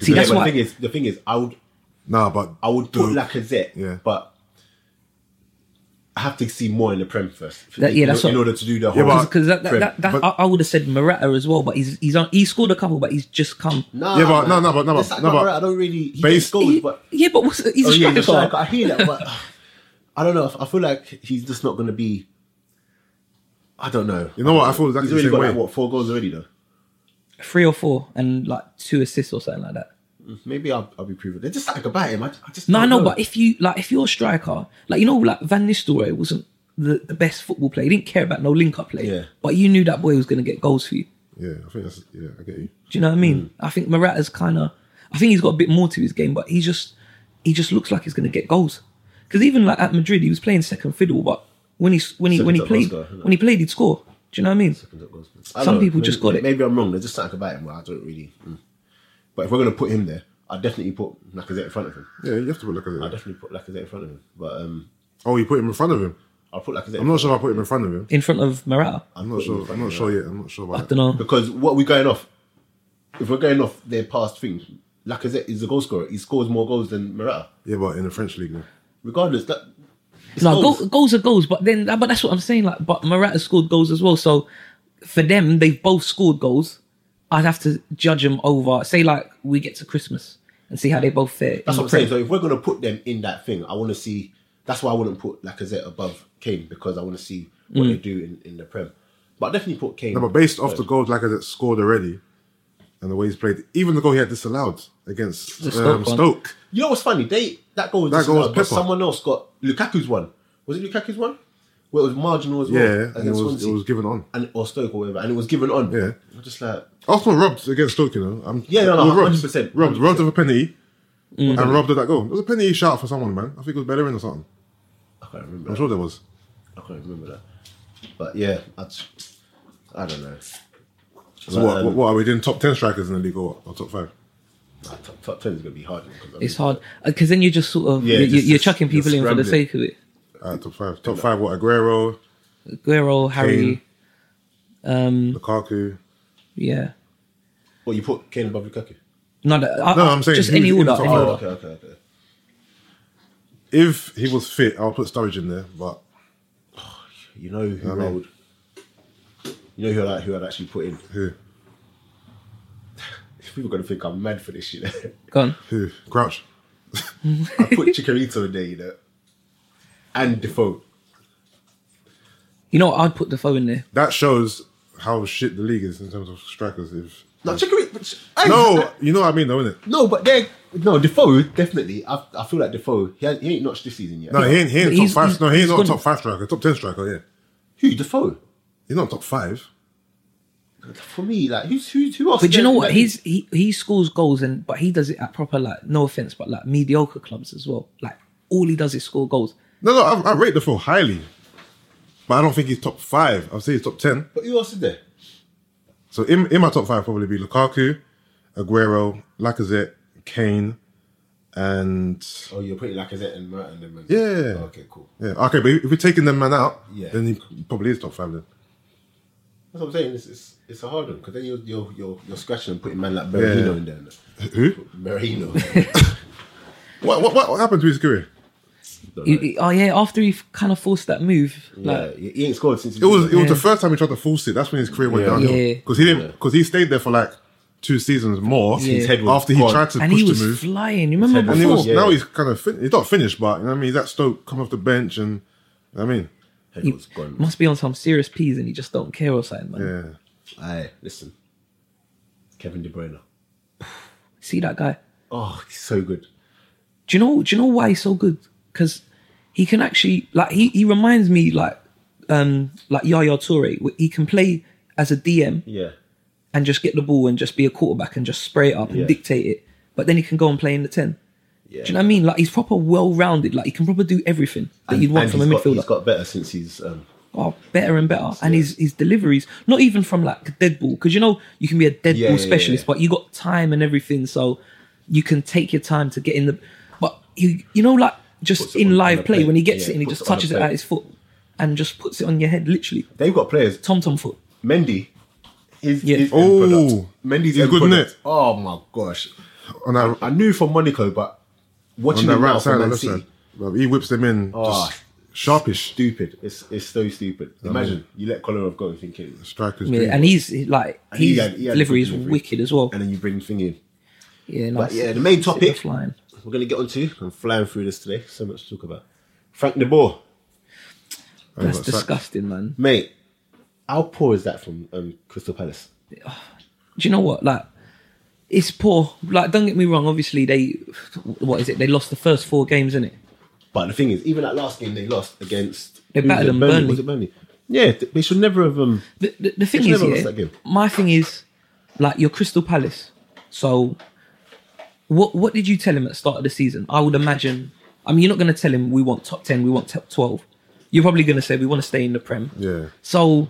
See,
Yeah,
that's
but
why
the thing is, the thing is, I would
Nah, but
I would
the-
put Lacazette,
Yeah.
but I have to see more in the Prem first.
That- yeah,
in,
that's
in
what-
order to do the whole.
but-
because that, that,
Prem.
that, that,
but-
I, I would have said Morata as well, but he's he's on, he scored a couple, but he's just come.
Nah,
Yeah, but-
man.
no, no, but- no, but-
It's like
no, but-
Barra, I don't really. He
Based-
gets goals,
He-
but
yeah, but what's, he's
oh
a
[laughs]
yeah, the
striker.
strike. I hear that, but I don't know. I feel like he's just not going to be. I don't know.
You know what? I feel exactly
he's already
the same
got
way.
like, what four goals already though.
Three or four and like two assists or something like that.
Maybe I'll, I'll be proven. They're just like about him. I, I just
No, I
don't
know, but if you like, if you're a striker, like you know, like Van Nistelrooy wasn't the, the best football player. He didn't care about no link up play,
Yeah.
but you knew that boy was going to get goals for you.
yeah, I think that's yeah. I get you.
Do you know what I
Mm.
mean? I think Morata's kind of. I think he's got a bit more to his game, but he just he just looks like he's going to get goals. Because even like at Madrid, he was playing second fiddle, but when he when he when he
Second top
played
goal scorer, isn't it?
when he played, he'd score. Do you know what I mean?
I don't
Some
know.
people
maybe,
just got it.
Maybe I'm wrong. There's just something about him where I don't really. mm. But if we're going to put him there, I definitely put Lacazette in front of him.
Yeah, you have to put Lacazette.
I
there.
definitely put Lacazette in front of him. But um,
Oh, you put him in front of him.
I'll put Lacazette.
I'm not sure if I put him in front of him.
In front of Morata,
I'm not sure. I'm not sure yet. I'm not sure
I don't
about that.
know.
Because what are we going off? If we're going off their past things, Lacazette is a goal scorer. He scores more goals than Morata.
Yeah, but in the French league, man.
Regardless, that it's
No,
goals.
goals. goals are goals, but then but that's what I'm saying. Like, but Morata scored goals as well. So for them, they've both scored goals. I'd have to judge them over. Say like we get to Christmas and see how they both fare. in
That's
the
what I'm saying.
Prem.
So if we're going to put them in that thing, I want to see. That's why I wouldn't put Lacazette above Kane because I want to see what they do in, in the Prem. But I definitely put Kane.
No, but based off the goals Lacazette scored already, and the way he's played, even the goal he had disallowed against
The Stoke
um,
one.
Stoke.
you know what's funny? They that goal was
That
just
goal was
allowed, but
Pepper.
someone else got Lukaku's one. Was it Lukaku's one? Well, it was marginal as well.
Yeah, and it
against
was, it
Swansea.
was given on.
and or Stoke or whatever, and it was given on.
Yeah.
I'm just like.
Arsenal robbed against Stoke, you know. Um,
Yeah, no, no,
well, robbed,
100%,
Robbed, robbed of a penalty, and robbed of that goal. There was a penalty shout for someone, man. I think it was Bellerin or something.
I can't remember.
I'm sure there was.
I can't remember that. But yeah, I, just, I don't know.
So
But,
what,
um,
what, what are we doing? Top ten strikers in the league or what? Or top five?
nah, top, top ten is gonna be hard. because I
It's
mean,
hard because then you're just sort of
Yeah,
you're,
just-
you're
just-
chucking people in
you're
for the
scrambling.
sake of it.
Alright, Uh, top five. Top five. What? Aguero,
Guerrero, Harry, um,
Lukaku.
yeah.
What you put Kane above Lukaku?
No, that, I,
No,
I-
I'm saying
just
who's
any
in
order.
the top
Any
five?
Oh,
order.
okay, okay, okay.
If he was fit, I'll put Sturridge in there. But
You know who
I mean-
I would. You know who I who I'd actually put in.
who?
[laughs] People are gonna think I'm mad for this shit.
Go on.
Who? Crouch.
I put Chikorito in there, you know, and Defoe.
You know, what? I'd put Defoe in there.
That shows how shit the league is in terms of strikers. If
No, Chikorito. I-
[laughs]
no, you know what I mean, though, innit?
no, but they no Defoe definitely. I, I feel like Defoe. He, has, he ain't notched this season yet.
No, he ain't, he ain't top
He's-
five.
he's-
no, he ain't
he's
not
gone-
top five striker. Top ten striker. Yeah,
who Defoe?
he's not top five.
For me, like who's who? Who else?
But do you
there?
know what?
Like,
He's he, he scores goals and but he does it at proper like no offense, but like mediocre clubs as well. Like all he does is score goals.
No, no, I, I rate the four highly, but I don't think he's top five. I'd say he's top ten.
But who else is there?
So in, in my top five probably be Lukaku, Aguero, Lacazette, Kane, and
Oh, you're putting Lacazette and Merton and Mendes.
Yeah.
okay, cool.
yeah. Okay, but if we're taking them man out,
Yeah.
then he probably is top five then.
That's what I'm saying. It's it's, it's a hard one because then you're, you're you're you're scratching and putting man like Merino
Yeah.
in there.
Who?
Merino.
[laughs] What, what what happened to his career?
He- he- oh yeah, after he kind of forced that move,
yeah,
like
he he ain't scored since.
It was it was the first time he tried to force it. That's when his career went
Yeah.
downhill
Yeah.
because he didn't because he stayed there for like two seasons more.
Yeah. His
head was
after
gone.
he tried to
and
push
he was
the move.
flying. You remember
head
And he
before?
was
Yeah.
now he's kind of fin- he's not finished, but you know what I mean. He's at Stoke coming off the bench, and you know what I mean,
head was gone.
Must be on some serious peas and he just don't care or something. Man.
yeah.
Aye, listen, Kevin De Bruyne.
See that guy?
Oh, he's so good.
Do you know? Do you know why he's so good? Because he can actually like he, he reminds me like um like Yaya Toure. where He can play as a DM
Yeah,
and just get the ball and just be a quarterback and just spray it up and
Yeah.
dictate it. But then he can go and play in the ten.
yeah.
Do you know what I mean? Like he's proper well rounded. Like he can probably do everything that you'd want from a
he's Got, he's
midfielder.
got better since he's. Um,
oh, better and better. And his his deliveries, not even from like dead ball, because you know you can be a dead
Yeah,
ball
yeah, yeah,
specialist,
yeah.
but you got time and everything, so you can take your time to get in the. But you you know like just
Puts it on-
in
on
live
the
play
plate.
when he gets
Yeah,
it and he
puts
just
it on the
touches it
plate.
at his foot, and just puts it on your head, literally
they've got players.
tom tom foot.
Mendy. His,
Yeah.
his
Oh,
end product. Mendy's
he's
end
good, innit?
product. Oh my gosh!
On that
I knew from Monaco, but
on
watching
that
him
right
now
side,
from
the
Man
left
City,
side, Bro, he whips them in
Oh.
just sharpish.
stupid. It's it's so stupid. Imagine you let Kolarov go, thinking,
Strikers,
Yeah,
dream.
and he's like
And he
his
had- he had a
delivery is
good delivery.
wicked as well.
and then you bring thing in.
Yeah,
But
nice.
yeah, the main topic
flying.
we're gonna get onto. I'm flying through this today. So much to talk about. Frank de Boer, Oh,
And
That's
got sacked.
disgusting, man.
mate. How poor is that from um, Crystal Palace?
do you know what? Like, it's poor. Like, don't get me wrong. Obviously, they what is it? They lost the first four games, in it.
But the thing is, even that last game they lost against
They
who was
battered
it?
them, Burnley.
Was it Burnley? Yeah, th- they should never have. Um,
The, the, the thing
Which
is,
level was
yeah,
that game?
my thing is, like, your Crystal Palace. So, what what did you tell him at the start of the season? I would imagine. I mean, you're not going to tell him we want top ten, we want top twelve. You're probably going to say we want to stay in the Prem.
yeah.
So,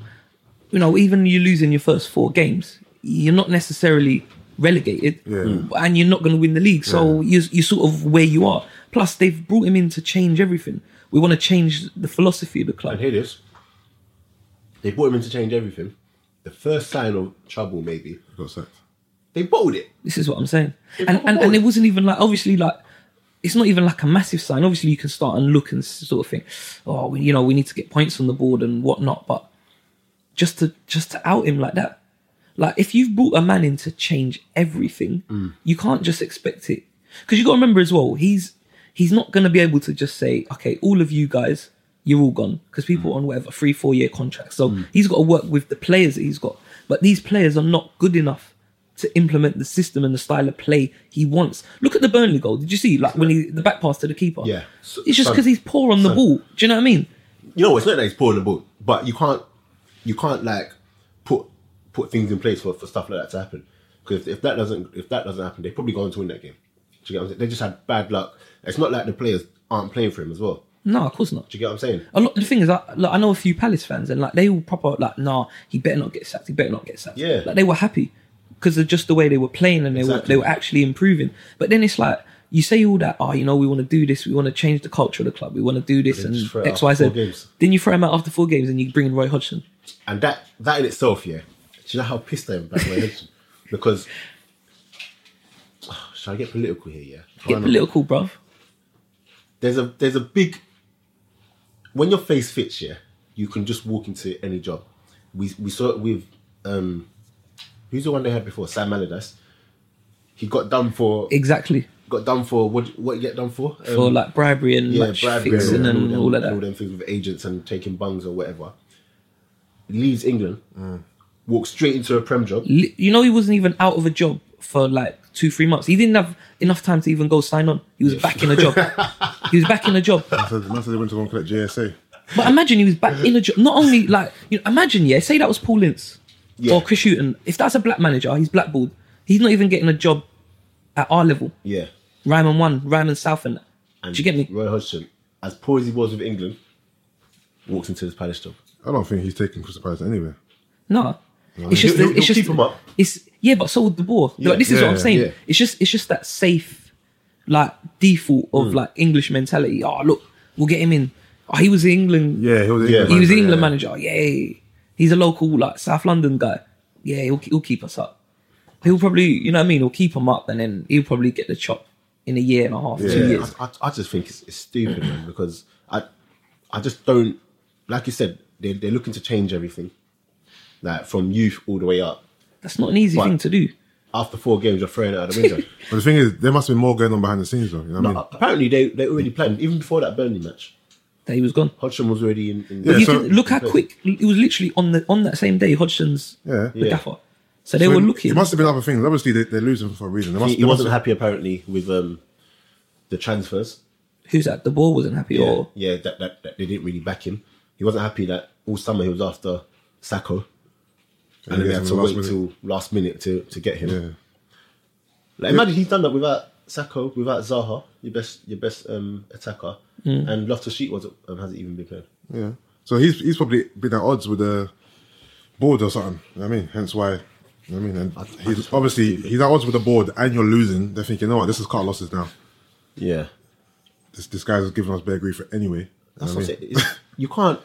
you know, even you losing your first four games, you're not necessarily relegated, Mm.
Yeah.
and you're not going to win the league. So you you sort of where you are. Plus, they've brought him in to change everything. We want to change the philosophy of the
And
club.
here it is. They brought him in to change everything. The first sign of trouble, maybe
Got sacked.
they bottled it.
This is what I'm saying.
They've
And
got
and,
boys.
and it wasn't even like obviously like. It's not even like a massive sign. Obviously, you can start and look and s- sort of think, oh, we, you know, we need to get points on the board and whatnot. But just to just to out him like that. Like if you've brought a man in to change everything, you can't just expect it. Because you got to remember as well, he's he's not going to be able to just say, okay, all of you guys, you're all gone because people are on whatever three four year contracts. So he's got to work with the players that he's got, but these players are not good enough to implement the system and the style of play he wants. Look at the Burnley goal. Did you see like when he the back pass to the keeper?
Yeah.
it's just
Son.
because he's poor on the
Son.
ball. Do you know what I mean?
You know, it's not that he's pouring the ball, but you can't, you can't like put put things in place for, for stuff like that to happen. Because if, if that doesn't if that doesn't happen, they probably go on to win that game. Do you get what I'm saying? They just had bad luck. It's not like the players aren't playing for him as well.
No, of course not.
Do you get what I'm saying?
A lot. The thing is, I, like, I know a few Palace fans, and like they all proper like, nah, he better not get sacked. He better not get sacked.
Yeah.
Like they were happy because of just the way they were playing, and they were
Exactly.
they were actually improving. But then it's like you say all that, oh, you know, we want to do this, we want to change the culture of the club, we want to do this,
then
and
just throw it
X,
after
Y, Z.
four games.
Then you throw him out after four games, and you bring in Roy Hodgson.
And that that in itself, yeah. Do you know how pissed I am about
[laughs]
my head? Because [sighs] shall I get political here? Yeah. Why
Get
not?
political, bruv.
there's a there's a big when your face fits yeah you can just walk into any job we we saw it with um who's the one they had before sam Allardyce. he got done for
Exactly
got done for what what you get done for Um,
for like bribery and
yeah
match
bribery
fixing and,
them-
all of that.
all them things with agents and taking bungs or whatever leaves england walks straight into a prem job
Li- You know, he wasn't even out of a job for like two, three months. He didn't have enough time to even go sign on. He was back in a job. he was back in a job.
I said, I said they went to go and collect JSA.
But imagine he was back in a job. Not only like you know, imagine, yeah, say that was Paul Ince
Yeah.
or Chris Hughton. If that's a black manager, he's blackballed. He's not even getting a job at our level.
yeah
Ryman one, Ryman South, and,
and
do you get me?
roy hodgson as poor as he was with england walks into his palace job
I don't think he's taking Crystal Palace anywhere.
No. It's just
He'll- he'll
it's just
keep 'em up.
It's yeah, but so would the ball.
Yeah.
like, this is
Yeah,
what I'm
yeah,
saying.
yeah.
It's just it's just that safe, like default of
Hmm.
like English mentality. Oh look, we'll get him in. Oh, he was in England.
Yeah, he was the
Yeah.
England
He
He was
manager,
the England
yeah.
manager. Yay. He's a local, like, South London guy. Yeah, he'll, he'll keep us up. He'll probably, you know what I mean? He'll keep him up and then he'll probably get the chop in a year and a half, two
Yeah,
years.
I, I, I just think it's, it's stupid, man, because I, I just don't. Like you said, they they're looking to change everything, like from youth all the way up.
That's not an easy
Right.
thing to do.
After four games, you're throwing it out the window.
But the thing is, there must have been more going on behind the scenes, though. You know what I mean?
But apparently, they they already planned even before that Burnley match.
That he was gone.
Hodgson was already in. in
Yeah,
you
so-
can look how quick it was. Literally on the on that same day, Hodgson's
Yeah.
the
Yeah.
gaffer. So they were
It-
looking.
It must have been other things. Obviously, they, they're losing for a reason. They must,
he, he
they must
wasn't
have-
happy apparently with um, the transfers.
Who's that? The ball wasn't happy.
Yeah,
Or
yeah that, that, that they didn't really back him. He wasn't happy that all summer he was after Sacco, and then
he
they
gets
had to
him the
wait
last minute.
till last minute to, to get him.
Yeah.
Like imagine he's done that without Sacco, without Zaha, your best your best um, attacker,
Mm.
and Loftus Cheek wasn't um, hasn't even been playing.
Yeah. So he's he's probably been at odds with the board or something. You know what I mean? Hence why. You know what I mean? And he's obviously he's at odds with the board, and you're losing. They're thinking, you know what? This is cut losses now.
Yeah,
This this guy's giving us bear grief anyway.
that's
You know
what I'm saying.
what I mean?
It's- you can't.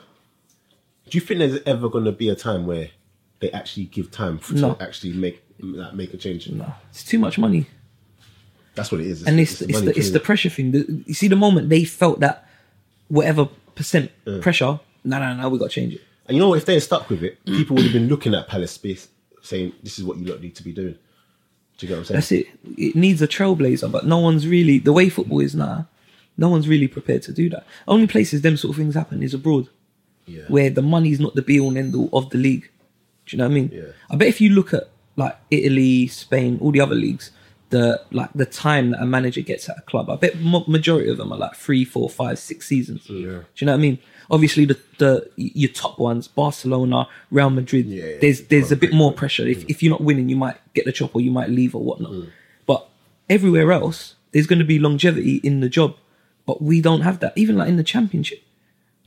Do you think there's ever going to be a time where they actually give time for,
No.
to actually make like, make a change?
no, it's too much money.
That's what it is.
and it's it's,
money
the it's
killing
the
it.
pressure thing. The, you see, the moment they felt that whatever percent pressure, no, no, no, we got to change it.
And you know what? If they had stuck with it, people would have been looking at Palace space saying, "This is what you lot need to be doing." Do you get what I'm saying?
That's it. It needs a trailblazer, but no one's really the way football is now. No one's really prepared to do that. Only places them sort of things happen is abroad,
Yeah.
where the money's not the be all and end all of the league. Do you know what I mean?
Yeah.
I bet if you look at like Italy, Spain, all the other leagues, the like the time that a manager gets at a club, I bet mo- majority of them are like three, four, five, six seasons. Do you know what I mean? Obviously, the the your top ones, Barcelona, Real Madrid.
Yeah, yeah,
there's
it's
there's a
quite
bit
big, Mm.
more
but-
pressure. If if you're not winning, you might get the chop or you might leave or whatnot.
Mm.
But everywhere else, there's going to be longevity in the job. But we don't have that. Even like in the championship,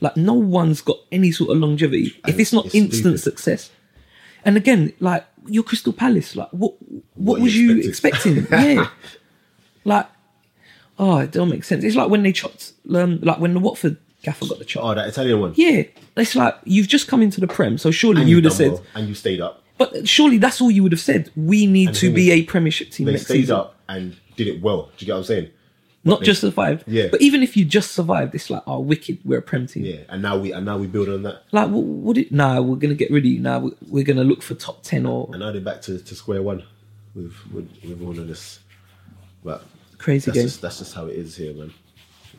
like no one's got any sort of longevity. if it's not
it's
instant
stupid.
success, and again, like your Crystal Palace, like what what,
are
was
you
you expecting?
[laughs]
yeah, like oh, it don't make sense. It's like when they chopped, um, like when the Watford gaffer got the chop.
Oh, that Italian one.
Yeah, it's like you've just come into the Prem, so surely
And
you
you've
would have
done
said,
well, and you stayed up.
but surely that's all you would have said. We need
the
to
thing
be
is,
a Premiership team
They
next
stayed
season,
up and did it well. Do you get what I'm saying?
not just survived.
Yeah.
but even if you just survived, it's like oh, wicked, we're a Prem team.
Yeah. And now we and now we build on that.
Like, what, what it? Nah, we're gonna get rid of you. Nah, we- we're gonna look for top ten or
And now they're back to, to square one with, with with all of this. But
crazy
that's
game.
just that's just how it is here, man.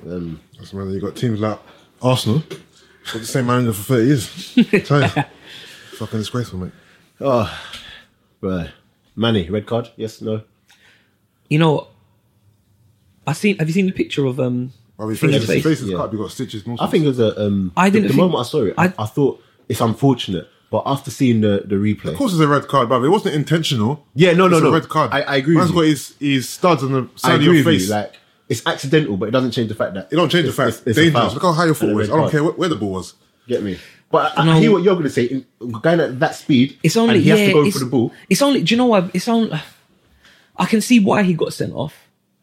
Um,
That's why you got teams like Arsenal with the same manager for thirty years.
[laughs]
I'm telling you. Fucking disgraceful, mate.
right. Manny, red card? Yes, no.
You know, what? I seen. Have you seen the picture of um?
Well, his
Finger's
face,
face.
his face is
Yeah.
cut. You got stitches. and all
I think it was a. Um,
I
the-
didn't
The,
think-
moment I saw it, I,
I-
I thought it's unfortunate. But after seeing the the replay,
Of course, it's a red card, but it wasn't intentional.
Yeah, no, no,
it's
no.
A red card.
I- I agree
Man's
with you.
got his, his studs on the
I
side of
agree
your
with
face.
you. Like it's accidental, but it doesn't change the fact that
it don't change the
it's- it's-
fact.
it's a
dangerous.
foul
Look how high your
and
foot
a
was.
red
I don't
card.
care where, where the ball was.
Get me? But I,
No.
I hear what you're going to say. In, going at that speed,
It's only
and he
yeah,
has to go
it's,
for the ball.
It's only. Do you know what? It's only. I can see why he got sent off.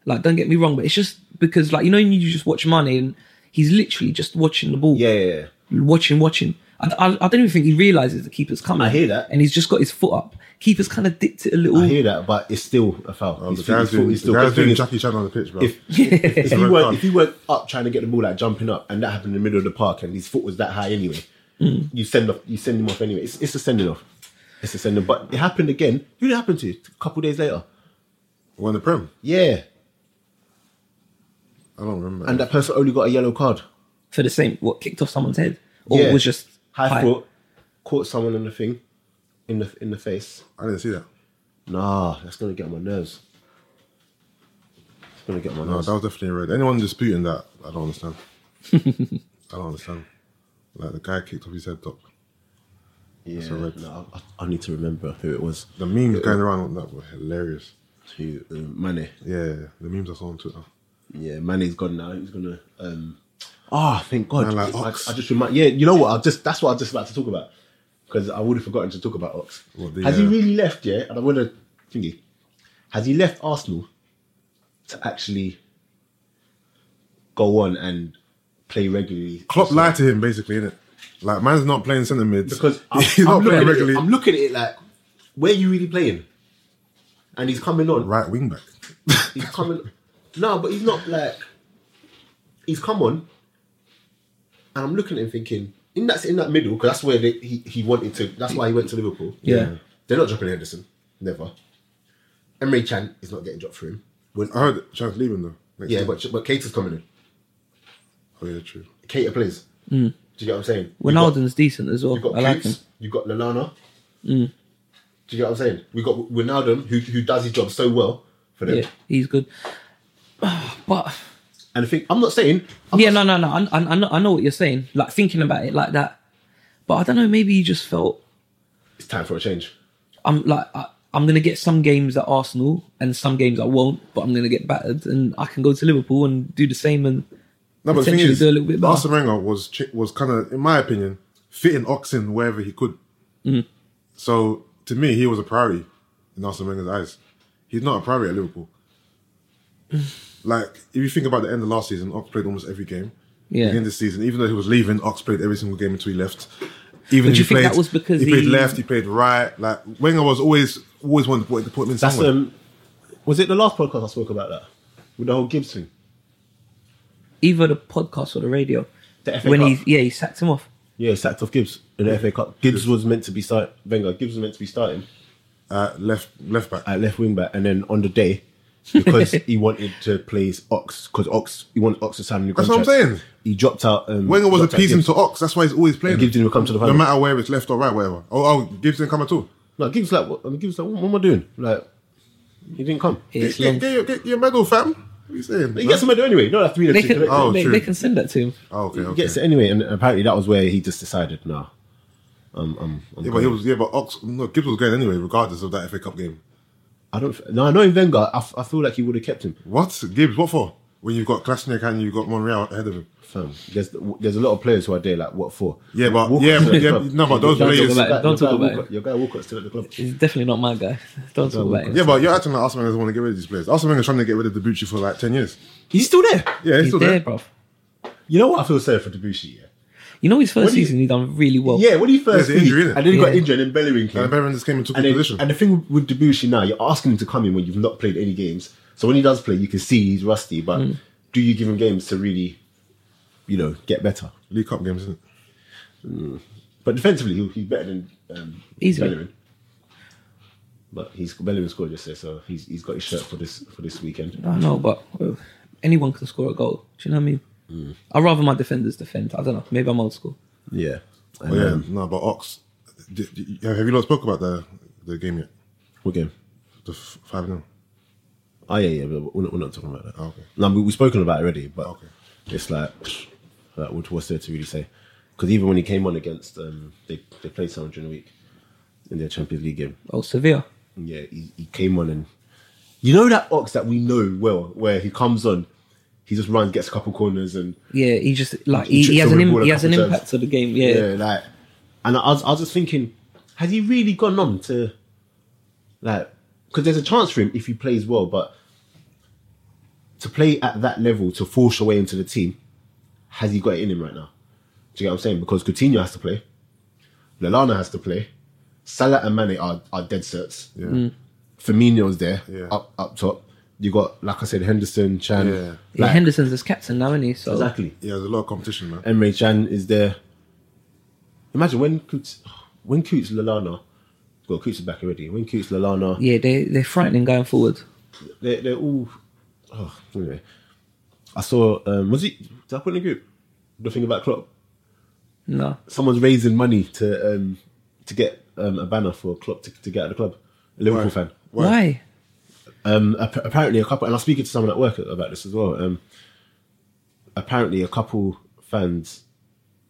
Like, don't get me wrong, but it's just because, like, you know, you just watch money, and he's literally just watching the ball.
Yeah, yeah, yeah.
watching, watching. I, I, I don't even think he realizes the keeper's coming.
I hear that.
and he's just got his foot up. Keeper's kind of dipped it a little.
I hear that, but it's still a foul.
Oh,
He's
the
fit-
guy's
he's fit-
doing,
he's
the
still-
guy's
but the
doing
thing is,
Jackie Chan on the pitch, bro.
if,
[laughs]
if, if,
a
he
red
weren't,
card.
if he weren't up trying to get the ball, like jumping up, and that happened in the middle of the park, and his foot was that high anyway,
Mm.
you send off, you send him off anyway. It's, it's a sending off. It's a sending. But it happened again. Who did it happen to? A couple days later.
Won the prem.
Yeah,
I don't remember.
and that person only got a yellow card.
for the same. What kicked off someone's head, or
yeah.
was just
high,
high.
foot, caught someone in the thing, in the in the face.
I didn't see that.
Nah, that's gonna get on my nerves. It's gonna get on my
No,
nerves.
that was definitely red. Anyone disputing that, I
[laughs]
don't understand. I don't understand. Like the guy kicked off his head top.
yeah,
a red.
no, I, I need to remember who it was.
The memes going around on that were hilarious.
Who uh, Mane?
Yeah, the memes I saw on Twitter.
Yeah, Mane's gone now. He's gonna. um Ah, thank God!
Man like
I,
Ox.
I just remind. Yeah, you know what? I just that's what I was just about to talk about. because I would have forgotten to talk about Ox.
What the,
Has he
uh,
really left yet? And I want to thingy. Has he left Arsenal to actually go on and play regularly?
Klopp lied to him basically, innit? Like man's not playing centre mids
because I'm,
[laughs] he's
I'm
not playing
looking at
regularly.
it, I'm looking at it like, where are you really playing? And he's coming on.
right wing back.
He's coming. no, but he's not like. He's come on, and I'm looking at him thinking in that in that middle because that's where they, he he wanted to. That's why he went to Liverpool.
Yeah.
they're not dropping Henderson. Never. Emre Chan is not getting dropped for him.
I heard Chance leaving though. next
Yeah,
year.
but but Cater's coming in.
oh yeah, true.
Cater plays. Do you get what I'm saying? We've got-
Wijnaldum's decent as well.
You've got
I like him. Mm.
Coots, you've got Lallana. Do you get what I'm saying? We've got Wijnaldum, who, who does his job so well for them.
Yeah, he's good. [sighs] But
And I think, I'm not saying, I'm
yeah,
not-
no, no, no. I, I, I know- I know what you're saying. Like thinking about it like that. But I don't know. Maybe you just felt
it's time for a change.
I'm like I, I'm gonna get some games at Arsenal and some games I won't. But I'm gonna get battered, and I can go to Liverpool and do the same. And
No, but the thing
Potentially
is,
do a little bit better.
Arsene Wenger was chi- was kind of, in my opinion, fitting Ox in wherever he could.
Mm-hmm.
So to me, he was a priority in Arsene Wenger's eyes. He's not a priority at
[sighs]
Liverpool. like if you think about the end of last season, Ox played almost every game.
Yeah.
Again this season, even though he was leaving, Ox played every single game until he left.
But
Even if
you
he
think
played,
that was because
he played
he-
left, he played right. Like Wenger was always always wanted to put, to put him in
That's,
somewhere.
um, was it the last podcast I spoke about that? With the whole Gibbs thing?
either the podcast or the radio.
The FA
when
Cup.
he yeah he sacked him off.
Yeah, sacked off Gibbs in the FA Cup. Gibbs was meant to be starting, Wenger, Gibbs was meant to be starting
uh, left left back.
at left wing back and then on the day,
[laughs]
because he wanted to play Ox, because Ox, he wanted Ox to sign a new
That's what I'm
contract.
saying.
He dropped out. Um,
Wenger was
dropped out
appeasing
Gibbs.
to Ox. That's why he's always playing.
And Gibbs didn't come to the
No
final.
matter where it's left or right, whatever. Oh, oh Gibbs didn't come at all.
No, Gibbs like, what, I mean, Gibbs like, what, what am I doing? Like, he didn't come.
It's
get,
long.
get, your, get your medal, fam. What are you saying?
He gets a medal anyway. No, that's three.
They can
Oh,
they,
true.
they can send that to him.
Oh, okay,
He
okay.
gets it anyway, and apparently that was where he just decided, nah. Um, um, I'm
yeah, but
going.
he was. Yeah, but Ox. No, Gibbs was going anyway, regardless of that FA Cup game.
I don't. No, I know in Wenger. I, f- I feel like he would have kept him.
What Gibbs? What for? When you've got Klasnik and you've got Monreal ahead of him.
Fam, there's there's a lot of players who are there. Like what for?
Yeah, but-
Walcott's
yeah,
still at the [laughs]
yeah,
club.
no, but those
Your guy-
players-
your guy-
Don't talk
your guy
about
Walcott- Your guy Walcott's still at the club.
He's definitely not my guy. [laughs] Don't talk about him.
Yeah, but you're acting like Arsenal doesn't want to get rid of these players. Arsenal Wenger's trying to get rid of Debuchy for like ten years.
He's still there.
Yeah, he's,
he's
still
there,
there.
bruv.
You know what I feel sorry for Debussy. Yeah.
You know his first
do you-
season he done really well.
Yeah. When he first
Yeah, it's injury,
leaked,
innit?
and then he got
Yeah.
injured, and Bellerin came.
And Bellerin just came and took
and,
a
then-
position.
and the thing with Debussy now, you're asking him to come in when you've not played any games. So when he does play, you can see he's rusty. But
Mm.
do you give him games to really, you know, get better?
League Cup games, isn't it?
But defensively, he'll, he's better than um,
Easily.
Bellerin. But he's Bellerin scored just there, so he's, he's got his shirt for this for this weekend.
I know, but well, anyone can score a goal. Do you know what I mean?
Mm.
I'd rather my defenders defend. I don't know. Maybe I'm old school.
Yeah. And,
Oh, yeah,
um,
no, but Ox. d- d- Have you not spoke about the the game yet?
what game?
The f- five 0
Oh yeah, yeah. But we're not, we're not talking about that.
Oh, okay.
No, we, we've spoken about it already. But
Okay.
it's like, like, what, what's there to really say? Because even when he came on against, um, they they played someone during the week in their Champions League game.
Oh, Sevilla.
Yeah, he, he came on and you know that ox that we know well, where he comes on, he just runs, gets a couple corners, and
Yeah, he just like
He
he, he
chipped
has
the
an
ball
Im-
a
he has an
couple
impact
times.
to the game. Yeah.
yeah, like, and I was, I was just thinking, has he really gone on to, like, because there's a chance for him if he plays well, but to play at that level to force your way into the team, has he got it in him right now? Do you get what I'm saying? Because Coutinho has to play, Lallana has to play, Salah and Mane are, are dead certs.
Yeah.
Mm.
Firmino's there
Yeah.
up up top. You got like I said, Henderson, Chan.
Yeah.
Yeah,
like-
Henderson's as captain now, isn't he? So
exactly.
Yeah, there's a lot of competition, man.
Emre Chan is there. Imagine when Coots, when Coots Lalana, well Coots is back already. When Coots Lalana,
yeah, they they're frightening going forward.
they're, they're all. Oh, anyway, I saw. Um, was it? Did I put in the group the thing about Klopp?
No,
Someone's raising money to um, to get um, a banner for Klopp to, to get out of the club. A Liverpool
Right.
fan.
why?
Why?
um, ap- apparently a couple, and I was speaking to someone at work about this as well. Um, apparently, a couple fans.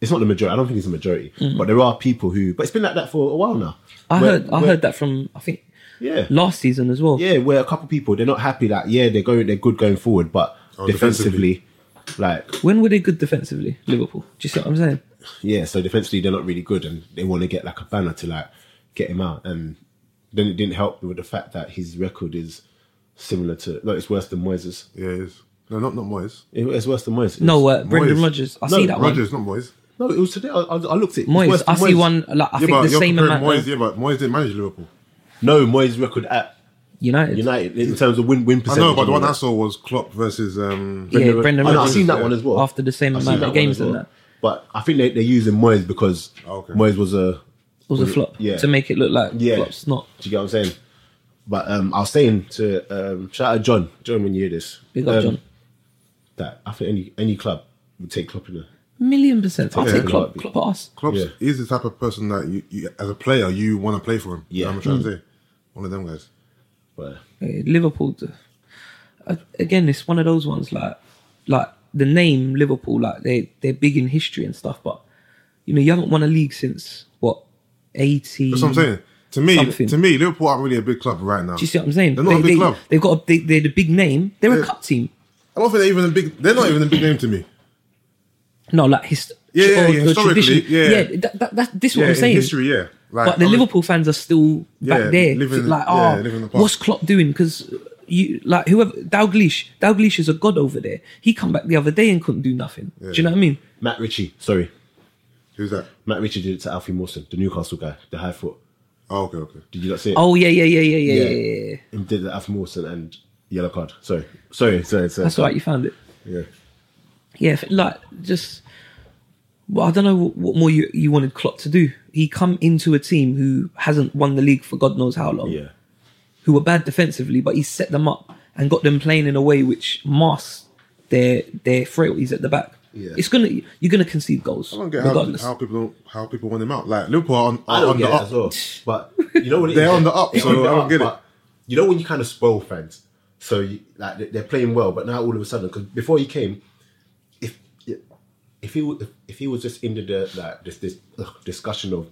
It's not the majority. I don't think it's a majority, but there are people who. But it's been like that for a while now.
Mm-hmm. I
Where-
heard I
where-
heard that from I think
Yeah,
last season as well.
yeah, where a couple people they're not happy that yeah they're going they're good going forward, but
Oh,
defensively,
defensively.
like
When were they good defensively? Liverpool. Do you see what I'm saying?
yeah, so defensively they're not really good, and they want to get like a banner to like get him out. And then it didn't help with the fact that his record is similar to no, it's worse than Moyes'.
Yeah, it is. No, not not Moyes.
It, it's worse than Moyes'.
No, uh, Brendan
Moyes.
Rodgers. I
No,
see that one.
Rogers, not Moyes.
no, it was today. I, I, I looked at it. It's worse
Moyes. I
than
see
Moyes'.
one. Like I
yeah,
think
but
the
you're
same
comparing
amount.
Moyes.
of
Yeah, but Moyes didn't manage Liverpool.
No, Moyes' record at
United.
United in terms of win win
I
percentage.
know, but the one
and all
I
that.
saw was Klopp versus. Um,
Yeah, Brendan
I know, I've
Rodgers.
seen that one as well.
After the same
I've seen
amount
that
of
one
games
as
than
well.
that.
But I think they, they're using Moyes because
Oh, okay.
Moyes was a.
It was a flop.
yeah.
To make it look like
Yeah.
flops not.
Do you get what I'm saying? But um, I was saying to um, shout out John, John, when you hear this,
Big up,
um,
John.
That I think any any club would take Klopp in there.
Million percent. I'll
Yeah.
take Klopp.
Might be.
Klopp ass.
Klopp's
Yeah.
he's the type of person that you, you as a player you want to play for him.
Yeah.
You know what I'm trying to say one of them guys.
But uh,
Yeah, Liverpool. d- uh, Again, it's one of those ones like, like the name Liverpool. Like they they're big in history and stuff, but you know you haven't won a league since what eighty.
That's what I'm saying. To me,
Something.
to me, Liverpool aren't really a big club right now.
Do you see what I'm saying?
They're not a big club.
They've got a, they, they're the big name. They're a
Yeah.
cup team.
I don't think they're even a big. They're not even a big name to me.
No, like his
Yeah, yeah,
or
yeah,
your
historically,
tradition.
yeah.
that, that, that, this is
yeah,
what I'm
in
saying.
history, yeah.
but
Like,
the
I mean,
Liverpool fans are still
Yeah,
back there,
living-
like,
yeah,
oh,
living in the past."
what's Klopp doing? Because you like whoever Dalglish, Dalglish is a god over there. He come back the other day and couldn't do nothing. Do you know what I mean?
Matt Ritchie, sorry,
Who's that?
Matt Ritchie did it to Alfie Mawson, the Newcastle guy, the high foot.
Oh, okay, okay.
Did you not see it?
Oh yeah, yeah, yeah, yeah, yeah, yeah. yeah, yeah.
He did it to Alfie Mawson and yellow card. Sorry, sorry, sorry, sorry.
That's all right. You found it.
Yeah.
Yeah, if- like just. Well, I don't know what, what more you, you wanted Klopp to do. He come into a team who hasn't won the league for God knows how long.
Yeah.
who were bad defensively, but he set them up and got them playing in a way which masks their their frailties at the back.
Yeah.
It's gonna you're gonna concede goals
I don't get how,
regardless.
how people don't, how people want him out. Like Liverpool are on,
I
are
don't
on
get
the
it
up.
as [laughs] well. But you know what? it
They're
is?
on the up,
They're
so
on the
I don't get it.
but You know when you kind of spoil fans, so you, like they- they're playing well, but now all of a sudden, because before he came, if if he w- if he was just into the like this this ugh, discussion of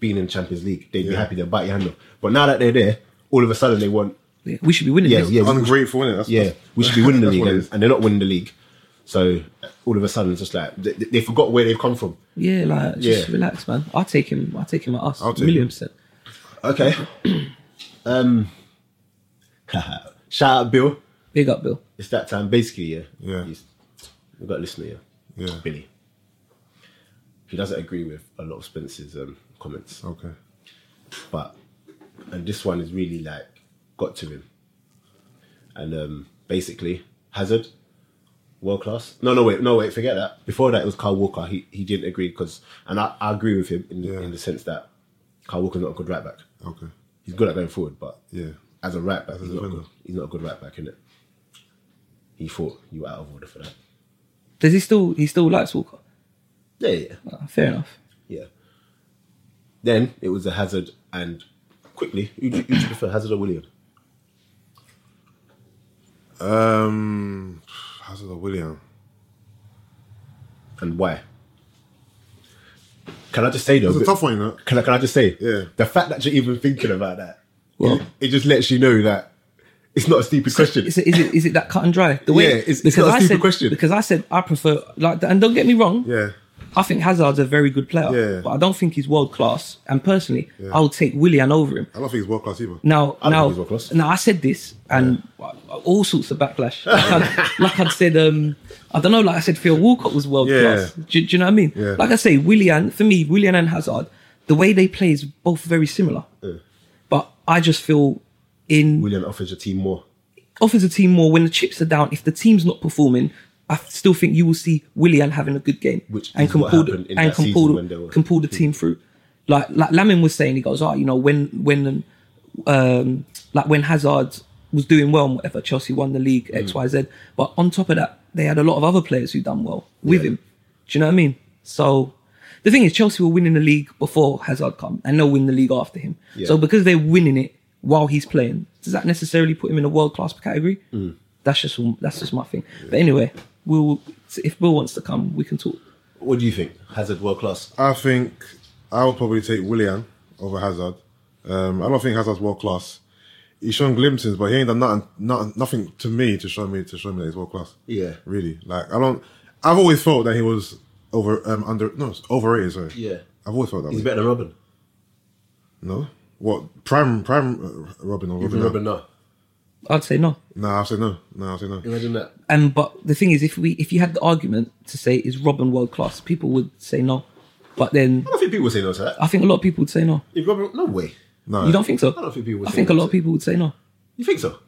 being in Champions League, they'd be
Yeah.
happy to bite your hand off. But now that they're there, all of a sudden they want
Yeah, we should be winning.
yeah
this.
yeah we-
Ungrateful, innit? That's,
yeah
that's-
we should be winning the
that's
league,
what it
and,
is.
and they're not winning the league. So uh, all of a sudden, it's just like they, they they forgot where they've come from.
yeah, like just
Yeah.
relax, man. I'll take him. I'll take him at us.
I'll take
million
him.
percent.
Okay. [clears throat] um. [laughs] shout out, Bill.
Big up, Bill.
It's that time, basically. Yeah.
Yeah.
He's, we've got a listener here,
Yeah.
Billy. He doesn't agree with a lot of Spence's um, comments,
Okay.
but and this one is really like got to him. And um, basically, Hazard, world class. No, no, wait, no, wait, forget that. Before that, it was Carl Walker. He he didn't agree because, and I, I agree with him in the,
Yeah.
in the sense that Carl Walker's not a good right back.
Okay.
He's good at going forward, but
Yeah.
as a right back, he's not,
defender.
good, he's not a good right back, innit? He thought you were out of order for that.
Does he still he still likes Walker?
Yeah, yeah,
Uh, fair enough.
yeah. Then it was a Hazard and quickly. Who do you, who do you prefer, Hazard or William?
Um, Hazard or William?
And why? Can I just say though?
It's a
but-
tough one, you know.
Can I, can I just say?
Yeah.
The fact that you're even thinking about that,
Well-
it, it just lets you know that it's not a stupid question.
Is it, is it is it that cut and dry? The way
Yeah, it's- it's not a
I
stupid
said
question.
because I said I prefer like and don't get me wrong.
Yeah.
I think Hazard's a very good player,
Yeah.
but I don't think he's world class. And personally, I would take Willian over him.
I don't think he's world class either.
Now,
I don't
now,
think he's world class.
now, I said this, and all sorts of backlash. Like I'd, like I'd said, um, I don't know. Like I said, Phil Walcott was world
Yeah.
class. Do, do you know what I mean?
Yeah.
Like I say, Willian for me, Willian and Hazard, the way they play is both very similar. But I just feel in
William offers your team more.
offers a team more when the chips are down. If the team's not performing, I still think you will see Willian having a good game,
Which
and
is
can
what
pull the,
happened in
and
that
can
season
pull
when they
the,
were-
can pull the team through. Like like Lamin was saying, he goes, "Oh, you know, when when um like when Hazard was doing well, and whatever. Chelsea won the league, X Y Z. But on top of that, they had a lot of other players who done well with him. Do you know what I mean? So." The thing is, Chelsea were winning the league before Hazard come, and they'll win the league after him.
Yeah.
So because they're winning it while he's playing, does that necessarily put him in a world class category? That's just that's just my thing. But anyway, we'll if Bill wants to come, we can talk.
What do you think? Hazard world class?
I think I would probably take Willian over Hazard. Um, I don't think Hazard's world class. He's shown glimpses, but he ain't done nothing, nothing, nothing to me to show me to show me that he's world class.
Yeah.
really. Like I don't. I've always felt that he was over um under no it's overrated. Sorry.
Yeah.
I've always felt that
He's
way.
better than Robin.
No, what prime prime uh, Robin or
Even
Robin? now?
Robin, no.
I'd say no.
Nah, I'll say no. Nah, I'll say no.
Imagine that.
And but the thing is, if we if you had the argument to say is Robin world class, people would say no. But then
I don't think people would say no to that.
I think a lot of people would say no.
If Robin, no way.
No,
You don't think so?
I don't think people
I
would say
think a
no
lot
to
of people would say no.
You think so?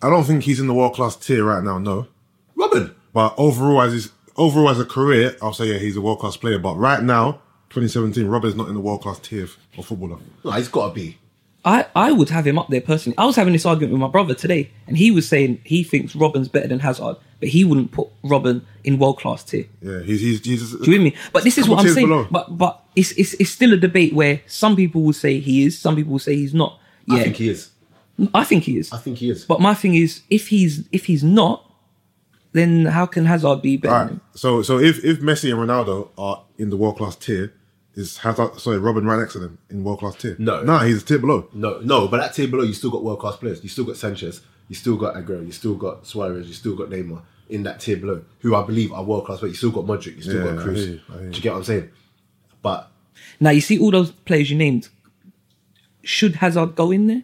I don't think he's in the world class tier right now. No,
Robin.
but overall as his overall as a career, I'll say yeah, he's a world class player. But right now, 2017, Robin's not in the world class tier of footballer.
No, he's got to be.
I, I would have him up there personally. I was having this argument with my brother today, and he was saying he thinks Robin's better than Hazard, but he wouldn't put Robin in world class tier.
Yeah, he's he's he's.
Do you with me? But this is
Couple
what I'm
tiers
saying.
below.
But but it's, it's it's still a debate where some people will say he is, some people will say he's not. Yeah,
I think he is.
I think he is.
I think he is.
But my thing is, if he's if he's not, then how can Hazard be better?
All
than
right.
him?
So so if if Messi and Ronaldo are in the world class tier, is Hazard sorry Robin right next to them in world class tier?
No.
nah, he's a tier below.
No, no, but that tier below, you still got world class players. You still got Sanchez. You still got Aguero. You still got Suarez. You still got Neymar in that tier below, who I believe are world class. But you still got Modric. You still
Yeah,
got
I
Cruz.
hear you, I hear
Do
you.
you get what I'm saying? But
Now you see all those players you named. Should Hazard go in there?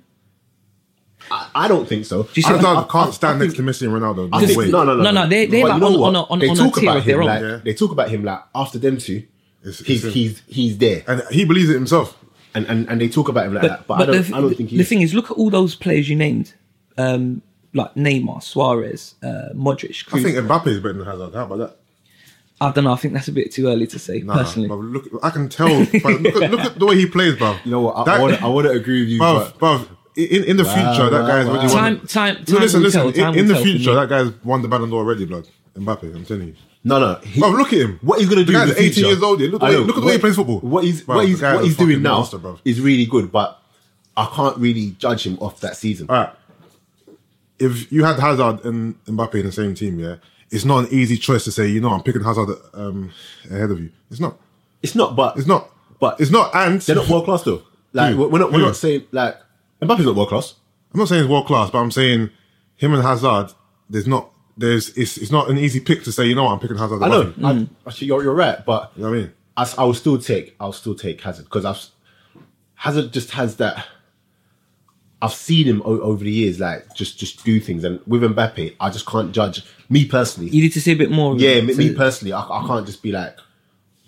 I, I don't think so.
you see-
Hazard
I-
can't stand next to Messi and Ronaldo.
I
No
think,
way.
no, no, no,
No, no, they- they're
But
like
you know
on-
what?
on a- on a-
they
on a
talk
tier
about
of their
him
own.
like
Yeah.
they talk about him like after them two,
It's- it's
he's
him.
he's he's there,
And he believes it himself.
and, and and they talk about him like that. But, I don't,
the,
I don't think he
the
is.
thing is, look at all those players you named, um, like Neymar, Suarez, uh, Modric,
I
Cruz. I,
think Mbappe is better than Hazard. How about that?
don't know. I think that's a bit too early to say
Nah,
personally.
bruv, look, I can tell. bruv, look, at, look at the way he plays, bro.
you know what? I,
That,
I, wanna, I wanna agree with you,
bruv,
but
bruv, in, in the future, that
wow,
guy's already
wow.
won.
Time- time-
no,
time
listen,
will
listen.
tell,
in
time
in
will
the
tell for
future,
me.
that guy's won the Ballon d'Or already, blood. Mbappe, I'm telling you.
no, no. He,
Bruv, look at him.
What he's gonna do?
The
in
guy's
the future-
18 years old, yeah. Look at the
I
way-
know.
look at the way he plays football.
What he's
Bruv,
what
the
he's,
guy
what
is
he's
a
doing
fucking
now
monster, bruv.
is really good, but I can't really judge him off that season.
All right. If you had Hazard and Mbappe in the same team, yeah, it's not an easy choice to say, you know, I'm picking Hazard um, ahead of you. It's not.
It's not, but
It's not.
But
it's not. And
They're not world class though. Like
[laughs] Who?
we're not we're
Who?
not saying like Mbappe's not world class.
I'm not saying he's world class, but I'm saying him and Hazard. There's not. There's. It's. It's not an easy pick to say. You know what? I'm picking Hazard.
I
above
know.
him."
I, actually, you're, you're right, but
You know what I mean?
I, s- I will still take I'll still take Hazard because I've s- Hazard just has that. I've seen him o- over the years, like just just do things, and with Mbappe, I just can't judge me personally.
you need to see a bit more. of
yeah,
him
me,
to-
me personally, I, I can't just be like,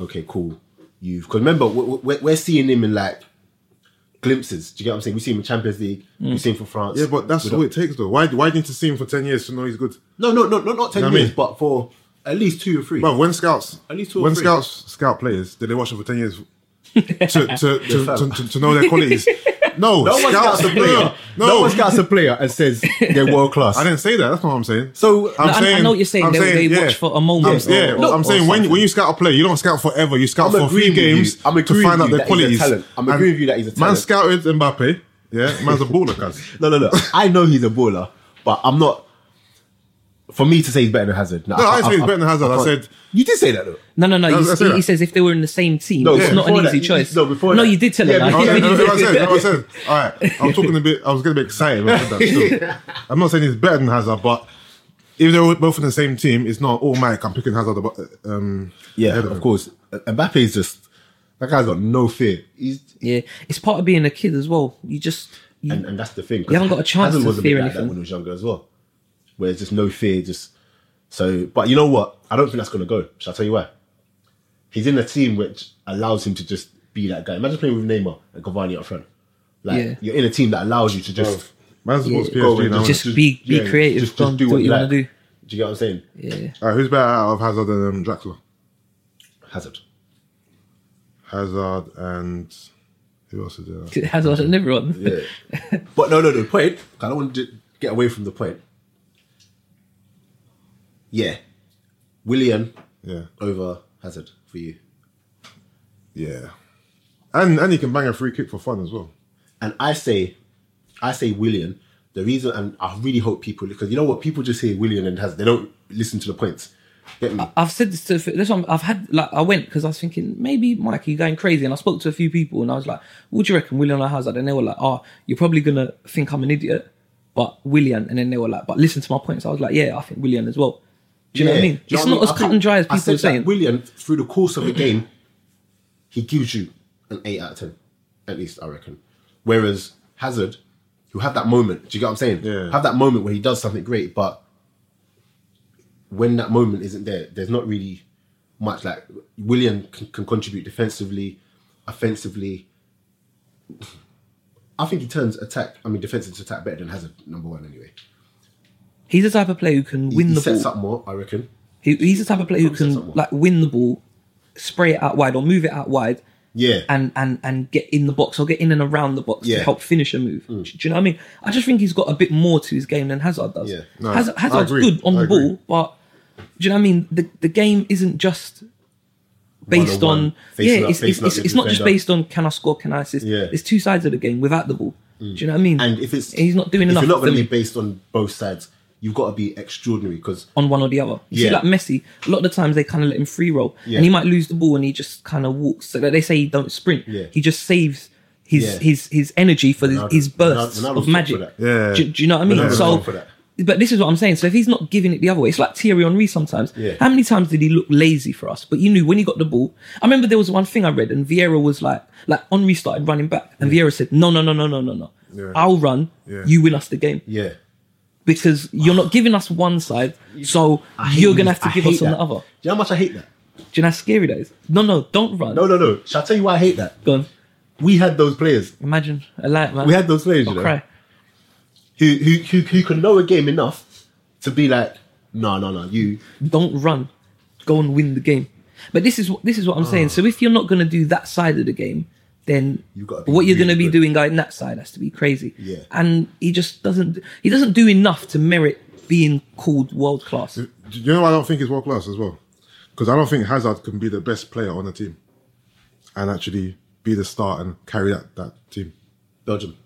okay, cool, you've. Because remember, we're, we're, we're seeing him in like glimpses. Do you get what I'm saying? We see him in Champions League. We see him for France.
Mm. Yeah, but that's
We
what it takes, though. Why? Why do you need to see him for ten years to know he's good?
No, no, no, no, not ten
You know what I
years,
mean?
but for at least two or three.
But when scouts,
At least two or
when
three.
scouts scout players, did they watch them for ten years
[laughs]
to to to, to, to, to know their qualities? No,
no one scouts a player.
No,
No. one scouts a player and
[laughs]
says they're world class.
I didn't say that. That's not what I'm saying.
So
I'm
No, I- I know what you're saying. They- they watch for a moment
I'm, yeah,
or- or-
I'm
or
saying when,
something.
when you scout a player, you don't scout forever. You scout
I'm
for a few
agreeing with you.
games
I'm
to
agreeing
find
with
out
you
their
that he's a
qualities.
talent. I'm
And
agreeing with you that he's a
Man
talent.
scouted Mbappe. Yeah, man's a baller, cuz.
No, no,
[laughs]
no. I know he's a baller, but I'm not. For me to say he's better than Hazard.
No, I didn't say he's better than Hazard. I
can't-
said-
you did say that though.
No, no, no.
No,
you-
I said
he,
that.
he says if they were in the same team,
No,
it's not an
before that,
easy
you-
choice.
no, before
no,
that.
you did tell
Yeah,
him.
before
Oh,
that. [laughs]
yeah, no, no, no, I said, no, I said. All right, I'm talking a bit. I was getting a bit excited. When I said that still. I'm not saying he's better than Hazard, but if they're both in the same team, it's not all Mike. I'm picking Hazard. abo- Um,
Yeah,
ahead
of
him.
course. Mbappe is just that guy's got no fear. He's
yeah, it's part of being a kid as well. You just you,
and, and that's the thing. 'cause
You haven't got a chance
Hazard
to
was a bit
fear
like that
anything.
when he was younger as well, where it's just no fear, just so. But you know what? I don't think that's gonna go. Shall I tell you why? He's in a team which allows him to just be that guy. Imagine playing with Neymar and Cavani up front. Like
Yeah.
you're in a team that allows you to just.
Man supports
Yeah.
Go
PSG
and
now.
just
innit?
be be
yeah,
creative.
just- just
go and do, what you, want to do.
like. Do you get what I'm saying?
Yeah.
All right, who's better out of Hazard and um, Draxler?
Hazard.
Hazard and who else is there?
Hazard and everyone.
Yeah. but no, no, no. Point. I don't want to get away from the point. Yeah, Willian
Yeah,
over Hazard for you.
yeah, and and he can bang a free kick for fun as well.
And I say, I say William. The reason, and I really hope people, because you know what, people just say William and has they don't listen to the points. Get me?
[laughs] I've said this to this one. I've had like I went because I was thinking maybe Mike, you're going crazy, and I spoke to a few people, and I was like, "What do you reckon, William or Hazard?" And they were like, "Oh, you're probably gonna think I'm an idiot, but William." And then they were like, "But listen to my points." I was like, "Yeah, I think William as well." Do you know what I mean?
Do you
It's
know
not as
what I mean?
cut
I think-
and dry as
I
people
said
are saying.
That William, through the course of the game, he gives you an eight out of ten, at least I reckon. Whereas Hazard, you have that moment. Do you get what I'm saying?
Yeah.
Have that moment where he does something great, but when that moment isn't there, there's not really much. Like William can, can contribute defensively, offensively. I think he turns attack. I mean, defensive to attack better than Hazard. Number one, anyway.
He's the type of player who can
He,
win
he
the
sets
ball.
up more, I reckon.
He, he's the type of player who
Probably sets up
can
more.
like win the ball, spray it out wide, or move it out wide,
Yeah.
and and and get in the box or get in and around the box to
Yeah. Mm.
help finish a move. Do you know what I mean? I just think he's got a bit more to his game than Hazard does.
Yeah.
No,
Hazard,
I
Hazard's
agree.
good on
I
the
agree.
ball, but do you know what I mean? The the game isn't just based
One-on-one,
on yeah,
facing up,
it's, it's,
facing up
it's,
your
it's not just
defender.
based on can I score, can I assist.
Yeah. Mm.
It's two sides of the game without the ball. Do you know what I mean?
And if it's
he's not doing
if
enough
you're not going
for me.
to be based on both sides. You've got to be extraordinary because
on one or the other. You see,
Yeah.
like Messi, a lot of the times they kind of let him free roll,
Yeah.
and he might lose the ball and he just kind of walks. So like they say he don't sprint.
Yeah.
He just saves his
Yeah.
his his energy for his,
Ronaldo-
his bursts
Ronaldo- Ronaldo's
of
top
magic.
for that.
Yeah.
Do, do you know what I mean?
Ronaldo's
so.
top for that.
But this is what I'm saying. So if he's not giving it the other way, it's like Thierry Henry sometimes.
Yeah.
How many times did he look lazy for us? But you knew when he got the ball. I remember there was one thing I read, and Vieira was like, like Henry started running back, and Vieira said, "No, no, no, no, no, no, no.
Yeah.
I'll run.
Yeah.
You win us the game."
yeah,
because you're not giving us one side, so you're gonna have to
I
give
hate
us on
that.
the other.
Do you know how much I hate that?
Do you know how scary that is? No, no, don't run.
No, no, no. Shall I tell you why I hate that?
Go on.
We had those players.
Imagine a light man.
We had those players, you
I'll
know,
cry.
who who who who can know a game enough to be like, no, no, no, you.
Don't run. Go and win the game. But this is what this is what I'm
Oh.
saying. So if you're not gonna do that side of the game, then
You've gotta be
what you're
really
gonna be
good.
doing going that side has to be crazy.
Yeah.
And he just doesn't he doesn't do enough to merit being called world class.
Do you know why I don't think he's world class as well? Because I don't think Hazard can be the best player on the team and actually be the star and carry that, that team.
Belgium.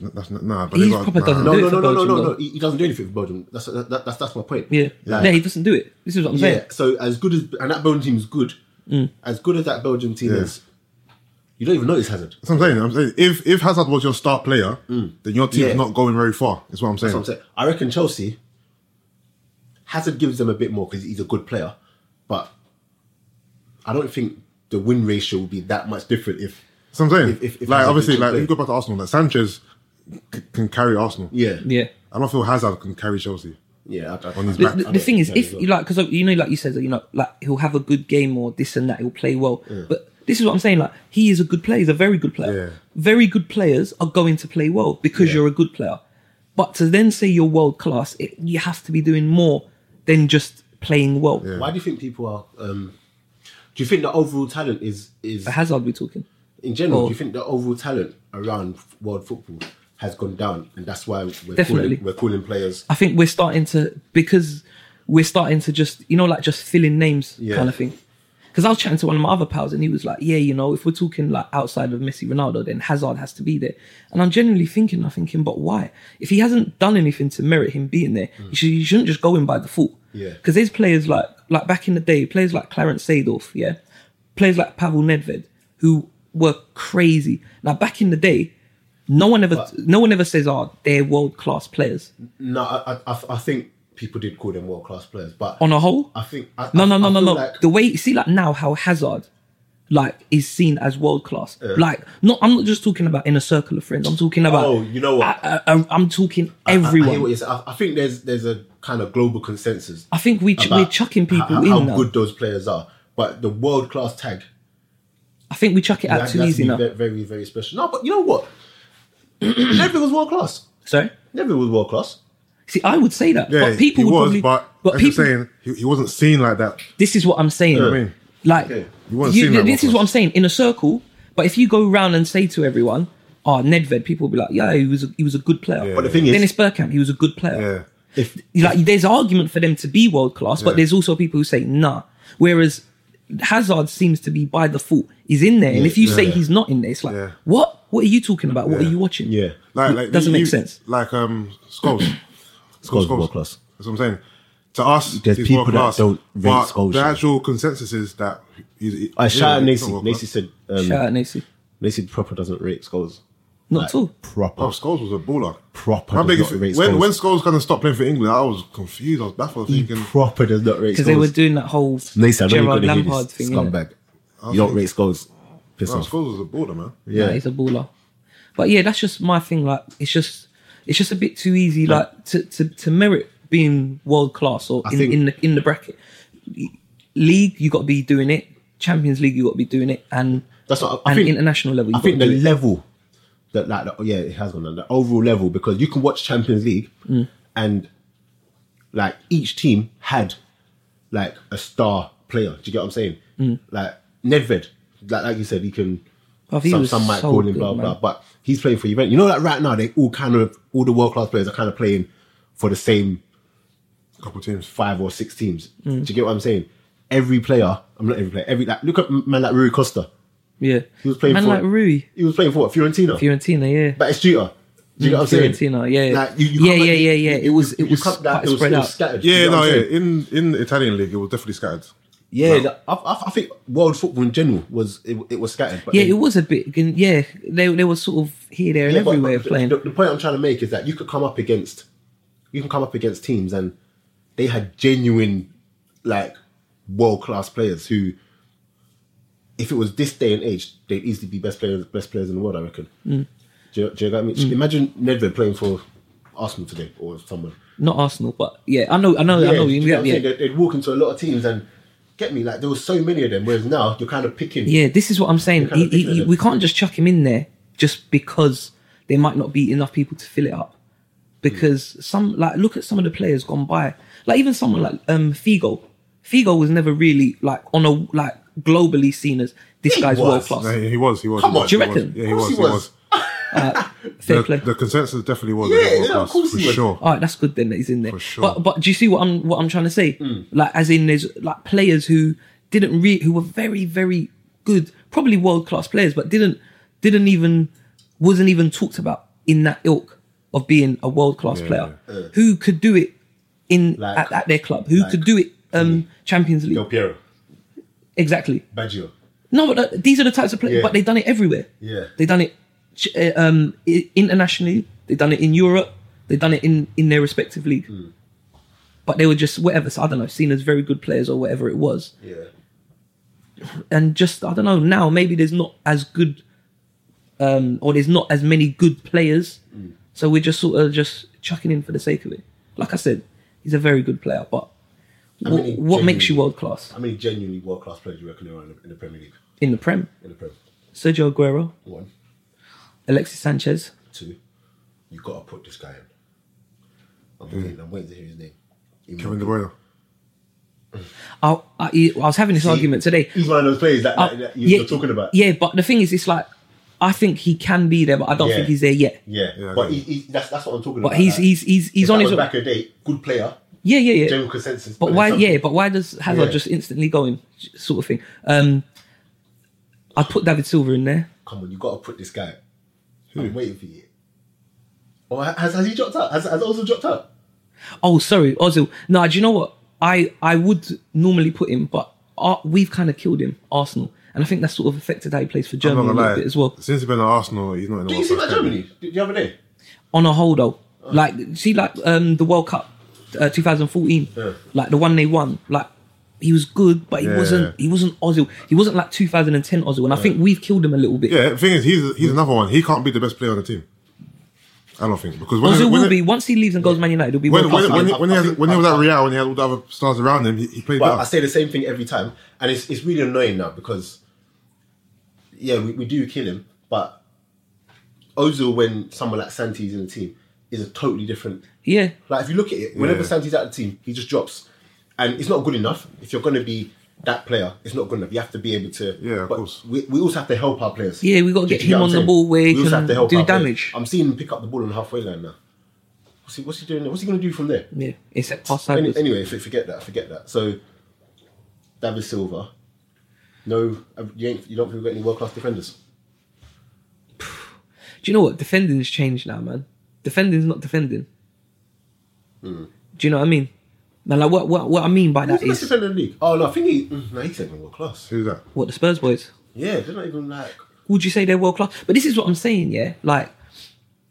That- That's not, nah, but
He's
they got-
proper
nah.
doesn't
No,
do it
no,
for
no, no, no,
Belgium,
no,
though.
no. He, he doesn't do anything for Belgium. That's that, that's that's my point.
Yeah.
Like,
yeah, he doesn't Mm. do it. This is what I'm
yeah.
saying.
So as good as and that Belgium team is good. As good as that Belgium team
Yeah.
is, you don't even notice Hazard.
That's what I'm saying. I'm saying if if Hazard was your star player, then your team's
Mm. Yeah.
not going very far. Is what I'm saying.
That's what I'm saying. I reckon Chelsea. Hazard gives them a bit more because he's a good player, but I don't think the win ratio will be that much different if
That's what I'm saying.
If- if- if
like
Hazard
obviously,
didn't
like
play.
if you go back to Arsenal, like Sanchez c- can carry Arsenal.
yeah
Yeah.
I don't feel Hazard can carry Chelsea.
yeah I, I,
On his
I-
the,
back.
I
the
don't
thing is,
think
if
so.
you like, because you know, like you said, you know, like he'll have a good game or this and that, he'll play well. But this is what I'm saying: like he is a good player, he's a very good player.
Yeah.
Very good players are going to play well because you're a good player. But to then say you're world class, it, you have to be doing more than just playing well.
Yeah.
why do you think people are? Um, do you think the overall talent is is
But Hazard, we're talking.
in general?
Oh.
Do you think the overall talent around world football has gone down, and that's why we're
Definitely.
calling, we're calling players?
I think we're starting to because we're starting to just you know like just fill in names
Yeah.
kind of thing. Because I was chatting to one of my other pals and he was like, "Yeah, you know, if we're talking like outside of Messi, Ronaldo, then Hazard has to be there." And I'm genuinely thinking, I'm thinking, but why? If he hasn't done anything to merit him being there, you, should, you shouldn't just go in by default.
Mm. Yeah.
Because there's players like like back in the day, players like Clarence Seedorf, yeah, players like Pavel Nedved, who were crazy. Now back in the day, no one ever no one ever says, "Oh, they're world class players."
No, I, I- I I think people did call them world class players, but
On a whole,
I think I,
No,
I-
no, no,
I
no,
feel
no.
like-
the way see, like now, how Hazard, like, is seen as world class. Like, not. I'm not just talking about in a circle of friends. I'm talking about.
Oh, you know what?
I, I, I'm talking
I- I,
everyone. I,
hear what you're saying. I, I think there's there's a kind of global consensus.
think we ch-
about
we're chucking people
how,
in
how
now.
good those players are, but the world class tag
I think we chuck it out
that,
too
that's
easy
been
now.
ve- very very special. No, but you know what? [clears throat] Never was world class.
Sorry.
Never was world class.
See, I would say that,
Yeah,
but people
he
would probably.
was, but,
but
as you're
people,
saying, he, he wasn't seen like that.
this is what I'm saying.
what I mean?
Like,
Okay.
You weren't
you-
seeing that
this
before.
is what I'm saying in a circle. But if you go round and say to everyone, "Oh, Nedved," people will be like, "Yeah, he was a, he was a good player."
Yeah.
But the thing is,
Dennis Burkamp, he was a good player.
Yeah,
if uh,
like there's argument for them to be world class, but
Yeah.
there's also people who say nah. Whereas Hazard seems to be by default he's in there, and
Yeah,
if you
yeah,
say
yeah.
he's not in there, it's like
Yeah.
what? What are you talking about? What are you watching?
yeah,
like, like
Doesn't make
you-
sense.
Like um,
[clears throat]
Scholes.
Scholes
Scholes,
is world class.
That's what I'm saying. To us,
There's
he's
people
world
that
class,
don't rate
but
Scholes,
The
yeah.
actual consensus is that he's.
I shout
yeah,
at Nacy.
he's not world
Nacy
class.
said
Shout
um,
out Nacy.
Nacy proper doesn't rate scores.
Not at all.
Proper.
Oh, Scholes was a baller.
proper.
My
does
biggest
not rate
when
Scholes.
when Scholes kind of stopped playing for England, I was confused. I was baffled,
He
thinking
proper does not rate
Because they were
Scholes.
doing that whole
Nathan, I know you're
Gerard
going to hear
Lampard
this
thing. innit?
scumbag. You don't rate Scholes. Piss
oh,
off.
Scholes was a baller, man.
Yeah,
Yeah.
he's a baller. But yeah, that's just my thing. Like, it's just, it's just a bit too easy. Like to to, to merit being world class or in,
think-
in the in the bracket league, you got to be doing it. Champions League, you got to be doing it, and
That's what I, I
and
think.
international level. You
I think the
gotta do it.
level that like the, yeah, it has gone down. The overall level because you can watch Champions League
Mm.
and like each team had like a star player. Do you get what I'm saying? Like Nedved, like like you said, he can.
Mm. Oh, he
some,
was
some might
so
call him
good,
blah blah,
man.
but he's playing for Juventus. You know, like right now, they all kind of all the world class players are kind of playing for the same
couple teams.
five or six teams. Do
Mm.
you get what I'm saying? Every player, I'm not every player. Every like look at man like Rui Costa.
yeah,
He was playing
man
for
like Rui,
He was playing for what, Fiorentina.
Fiorentina, yeah.
But it's Jeter. Do you get what I'm saying?
Fiorentina, yeah.
Like, you, you
Yeah,
can't-
yeah, yeah, yeah. It was- it
you
was
can't-
quite
it was
spread
still
out.
Scattered,
Yeah,
you know
no,
what I'm
yeah.
saying?
In in the Italian league, it was definitely scattered.
yeah. the- I, I, I think world football in general was it, it was scattered. But
Yeah,
then-
it was a bit. Yeah, they they were sort of here, there, and
Yeah, but-
everywhere
but
playing.
The, the point I'm trying to make is that you could come up against, you can come up against teams and they had genuine, like, world class players who, if it was this day and age, they'd easily be best players, best players in the world. I reckon.
Mm.
Do, you, do you get what I mean? Imagine Nedved playing for Arsenal today or someone.
Not Arsenal, but yeah, I know, I know, I know.
do
You
you know what
get,
I'm saying?
yeah.
They'd, they'd walk into a lot of teams and get me like there was so many of them. Whereas now you're kind of picking.
yeah, this is what I'm saying.
kinda
He- he-
picking
he-
them.
we can't just chuck him in there just because there might not be enough people to fill it up. Because some like look at some of the players gone by, like even someone like um Figo. Figo was never really like on a like globally seen as this
He
guy's
was.
world class.
No, he he was. He was.
Come
he
on,
was,
do you
he was.
reckon?
Yeah, he
Of
was.
course
He
he
was.
Fair
The,
play.
the consensus definitely was.
Yeah,
that he was
yeah, of
class,
course
for
he was.
sure.
All right, that's good then that he's in there.
For sure.
But but do you see what I'm what I'm trying to say? Like as in there's like players who didn't re- who were very very good, probably world class players, but didn't didn't even wasn't even talked about in that ilk of being a world class
Yeah,
player who could do it in
Like-
at, at their club, who
like-
could do it um Champions League
Del Piero,
exactly.
Baggio.
No, but that, these are the types of players.
Yeah.
But they've done it everywhere.
Yeah.
they've done it ch- uh, um, i- internationally. They've done it in Europe. They've done it in in their respective league.
Hmm.
But they were just whatever. So I don't know, seen as very good players or whatever it was.
Yeah.
And just I don't know. Now maybe there's not as good, um, or there's not as many good players.
Hmm.
So we're just sort of just chucking in for the sake of it. Like I said, he's a very good player, but.
How
What,
many
what makes you
genuinely-
world class
How many genuinely world class players do you reckon there are in the, in the Premier League?
in the Prem?
In the Prem,
Sergio Aguero,
one,
Alexis Sanchez,
two. You got to put this guy in. I'm
Hmm.
waiting. I'm waiting to hear his name. He might
Kevin
be-
De Bruyne.
I, I, I was having this argument today.
He's one of those players that,
Uh,
that, that you're talking about.
Yeah, but the thing is, it's like I think he can be there, but I don't
Yeah.
think he's there yet.
Yeah,
Yeah, I
but
know.
he, he, that's that's what I'm talking
But
about.
he's
like,
he's he's
if
he's
that
on
was
his
back in the day. Good player,
yeah yeah yeah.
general consensus.
but
then
why?
some-
Yeah, but why does Hazard
Yeah.
just instantly go in sort of thing? Um, I put David Silver in there.
Come on, you got to put this guy. I'm waiting for you. Oh, has has he dropped out? Has has also dropped out?
Oh, sorry, Ozil. No, do you know what? I I would normally put him, but uh, we've kind of killed him, Arsenal, and I think that's sort of affected how he plays for
I'm not
Germany a
gonna
little
lie.
bit as well.
Since he's been at Arsenal, he's not in the
Did you see
Class
that
category.
Germany the the other day?
on a whole though.
Oh.
Like see like um the World Cup uh, 2014,
Yeah.
like the one they won. Like he was good, but he
Yeah.
wasn't. He wasn't Ozil. He wasn't like 2010 Ozil, and I think we've killed him a little bit.
Yeah, the thing is, he's he's another one. He can't be the best player on the team. I don't think because when
Ozil
when
will be once he leaves and goes Man United. He'll be
when
world
when,
class.
when,
I-
he,
I-
when, he,
I
has,
think-
when he was
I-
at Real and he had all the other stars around him, he, he played
But
well.
I say the same thing every time, and it's it's really annoying now because yeah, we, we do kill him, but Ozil when someone like Santi's in the team is a totally different.
yeah,
Like if you look at it, whenever
Yeah.
Santi's out of the team, he just drops, and it's not good enough. If you're going to be that player, it's not good enough. You have to be able to.
Yeah, of
but
course.
We, we also have to help our players.
Yeah, we gotta
Do you
get
get
him
what
on the
I'm saying?
ball where he
We also
can
have to help
do
our players.
damage.
I'm seeing him pick up the ball on the halfway line now. What's he, what's he doing? What's he going to do from there?
yeah. Except past
Any,
sideways.
anyway, f- forget that. Forget that. So, David Silva. No, uh, you, ain't, you don't think we've got any world class defenders.
Do you know what? Defending's changed now, man. Defending's not defending.
Hmm.
Do you know what I mean? Man, like what what what I mean by
Who's
that
the best
is
defender in the league? Oh no, I think he. mm, No, he's not even world class.
Who's that?
what the Spurs boys.
Yeah, they're not even like.
would you say they're world class? But this is what I'm saying, yeah. Like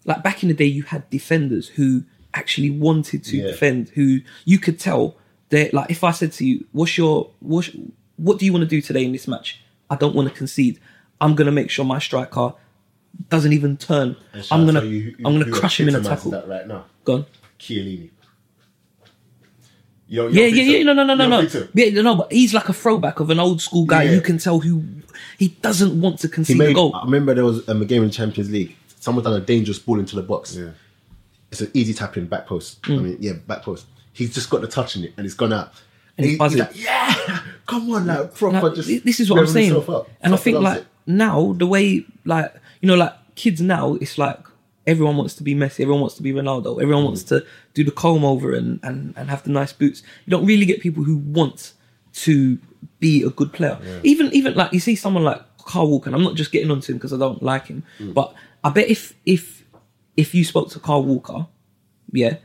like back in the day, you had defenders who actually wanted to
Yeah.
defend. Who you could tell that, like, if I said to you, "What's your what's, what do you want to do today in this match?" I don't want to concede. I'm gonna make sure my striker doesn't even turn. I'm gonna I'm gonna crush him in a tackle.
That right now,
Gone.
Chiellini. You don't-
Yeah,
you don't
yeah,
think so?
yeah. No, no, no,
You
no,
don't
no.
think so?
Yeah, no, but he's like a throwback of an old school guy.
Yeah.
You can tell who he doesn't want to
He
concede the
made.
goal.
I remember there was um, a game in Champions League. Someone done a dangerous ball into the box.
Yeah.
It's an easy tap in back post.
Mm.
I mean, yeah, back post. He's just got the touch in it and it's gone out.
And he's buzzing.
like, yeah, come on, like
Now,
proper. just
thi- this is what I'm
revving
saying,
himself up.
and I
Proper
think
loves
like
it.
now the way like you know like kids now it's like everyone wants to be Messi, everyone wants to be Ronaldo, everyone wants to do the comb over and and and have the nice boots. You don't really get people who want to be a good player. Even even like you see someone like Carl Walker. and I'm not just getting onto him because I don't like him,
Mm.
but I bet if if if you spoke to Carl Walker, yeah,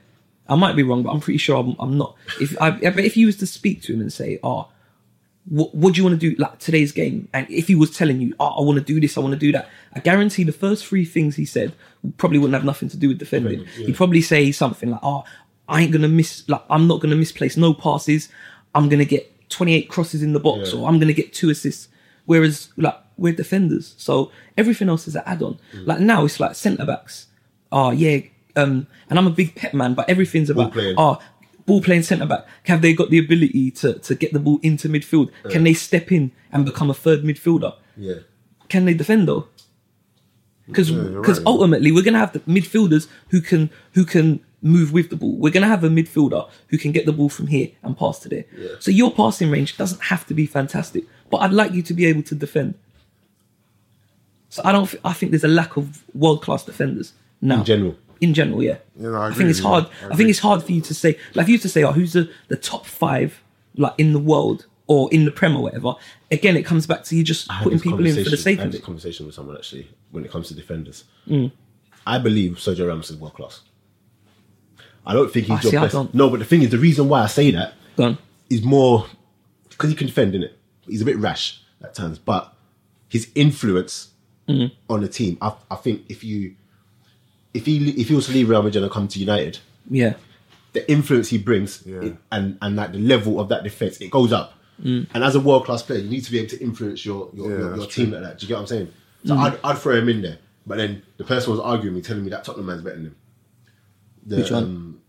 I might be wrong, but I'm pretty sure I'm, I'm not. If I, I bet if you was to speak to him and say, "Oh, what, what do you want to do like today's game?" and if he was telling you, "Oh, I want to do this, I want to do that," I guarantee the first three things he said probably wouldn't have nothing to do with defending. He'd probably say something like, "Oh, I ain't gonna miss. Like, I'm not gonna misplace no passes. I'm gonna get 28 crosses in the box,
Yeah.
or I'm gonna get two assists." Whereas like we're defenders, so everything else is an add-on. Like now, it's like centre backs. Oh yeah. Um, and I'm a big pet man, but everything's about
playing.
oh, ball playing centre back. Have they got the ability to, to get the ball into midfield? Can they step in and become a third midfielder?
yeah,
Can they defend though? Because
you're right.
ultimately we're gonna have the midfielders who can who can move with the ball. We're gonna have a midfielder who can get the ball from here and pass to there.
Yeah.
So your passing range doesn't have to be fantastic, but I'd like you to be able to defend. So I don't. thi- I think there's a lack of world class defenders now
in general.
in general, yeah.
Yeah, no, I agree
think it's
with you.
hard.
I
I,
agree.
think it's hard for you to say, like, for you to say, oh, who's the, the top five, like, in the world or in the Prem or whatever. Again, it comes back to you just
I had
putting
this
people in for the
conversation-
sake
I had
of
this
it. Mm.
conversation with someone actually when it comes to defenders. I believe Sergio Ramos is world class. I don't think he's
I
your
Ah, see, I
best.
don't.
No, but the thing is, the reason why I say that
Gone.
is more because he can defend, innit? He's a bit rash at times, but his influence
Mm.
on the team, I, I think if you if he if he was to leave Real Madrid and come to United,
Yeah.
the influence he brings
Yeah.
it- and and like the level of that defense, it goes up. And as a world class player, you need to be able to influence your your,
Yeah,
your, your
that's
team like that. Do you get what I'm saying? So I'd, I'd throw him in there, but then the person was arguing me, telling me that Tottenham man's better than him. The,
Which one?
um,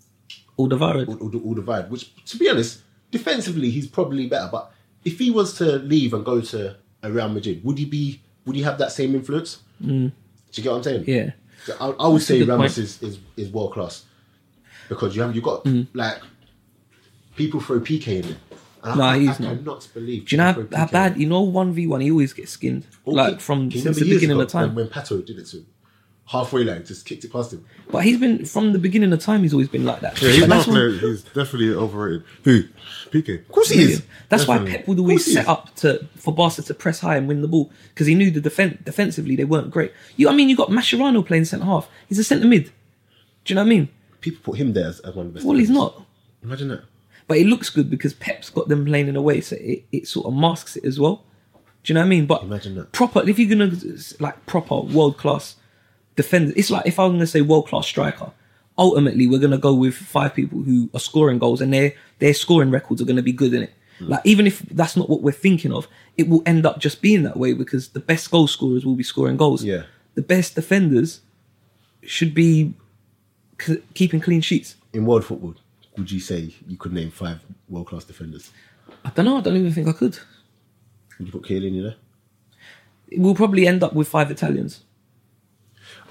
Aldevarad.
all, all, all the vibe. Which, to be honest, defensively he's probably better. But if he was to leave and go to a Real Madrid, would he be? Would he have that same influence? Mm. Do you get what I'm saying?
Yeah.
So I, I would say
good
Ramos
point.
is, is, is world class because you have you got
Hmm.
like people throw PK in it. And I-
Nah,
I,
he's
I
not.
cannot believe.
Do you know
people
how,
throw
how
PK
bad?
in.
You know, one v one, he always gets skinned,
Or
like
kick-
from
can you
since
remember
the
years
beginning of
ago
time.
when, when Pato did it to him, halfway line, just kicked it past him.
But he's been from the beginning of time. He's always been like that.
Yeah, he's
And
not a
that's
player.
why-
He's definitely overrated. Who? PK.
Of course he is.
That's why
Definitely.
Pep would
Of
always
course he is.
set up to for Barca to press high and win the ball because he knew the defense defensively they weren't great. You, I mean, you got Mascherano playing centre half. He's a centre mid. Do you know what I mean?
People put him there as, as one of the best.
Well, he's
defenders.
not.
Imagine that.
But it looks good because Pep's got them playing in a way, so it, it sort of masks it as well. Do you know what I mean? But
Imagine that.
proper. If you're gonna like proper world class defender, it's like if I'm gonna say world class striker. Ultimately, we're gonna go with five people who are scoring goals, and their their scoring records are gonna be good in it.
Hmm.
Like even if that's not what we're thinking of, it will end up just being that way because the best goal scorers will be scoring goals.
Yeah.
The best defenders should be c- keeping clean sheets.
in world football, would you say you could name five world class defenders?
I don't know. I don't even think I could.
Would you put Chiellini there?
we'll probably end up with five Italians.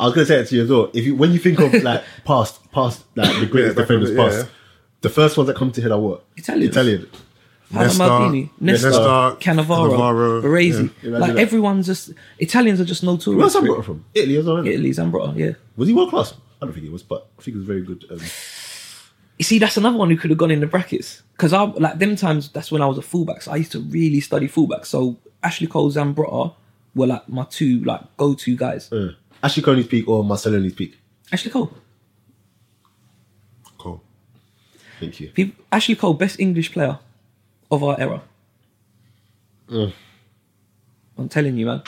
I was going to say it to you as well. If you, when you think of
[laughs]
like past, past like the greatest
Yeah, back in
defenders
the-
past,
yeah.
the first ones that come to head are what?
Italians.
Italian.
Paolo
Nesta,
Maldini, Nesta,
Nesta,
Cannavaro,
Cannavaro,
Baresi.
yeah.
like
Imagine that.
everyone's just Italians are just
Where's
notorious.
Zambrotta from? Italy as well. isn't it?
Italy, Zambrotta, yeah.
Was he world class? I don't think he was, but I think he was very good. Um,
You see, that's another one who could have gone in the brackets because I like them times. That's when I was a fullback, so I used to really study fullback. So Ashley Cole, Zambrotta were like my two like go-to guys.
uh, Ashley Coney's peak or Marceloni's peak?
Ashley Cole,
Cool.
Thank you.
people, Ashley Cole, best English player
Mm.
of our era. I'm telling you, man.